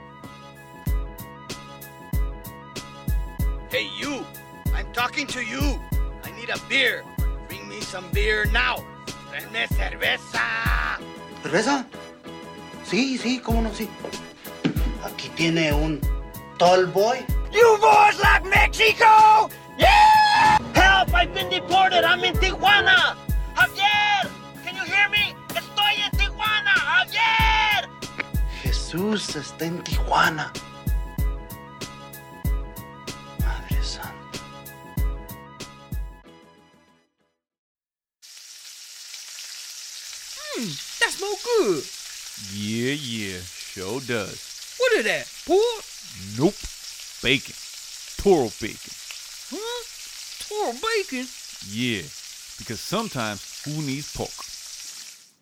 Speaker 5: Hey, you! I'm talking to you! I need a beer! Bring me some beer now! Tráeme cerveza!
Speaker 23: ¿Cerveza? Sí, sí, cómo no, sí. Aquí tiene un tall boy.
Speaker 5: You boys like Mexico? Yeah! Help! I've been deported! I'm in Tijuana! Javier! Can you hear me? Estoy en Tijuana! Javier!
Speaker 23: Jesús está en Tijuana. Madre Santa.
Speaker 14: Mm, that smell good.
Speaker 12: Yeah, yeah, sure does.
Speaker 14: What is that? Pork?
Speaker 12: Nope. Bacon. Toro bacon.
Speaker 14: Huh? Toro bacon?
Speaker 12: Yeah, because sometimes who needs pork?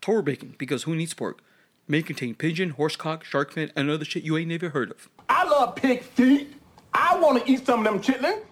Speaker 15: Toro bacon, because who needs pork? May contain pigeon, horsecock, shark fin, and other shit you ain't never heard of.
Speaker 24: I love pig feet. I want to eat some of them chitlins.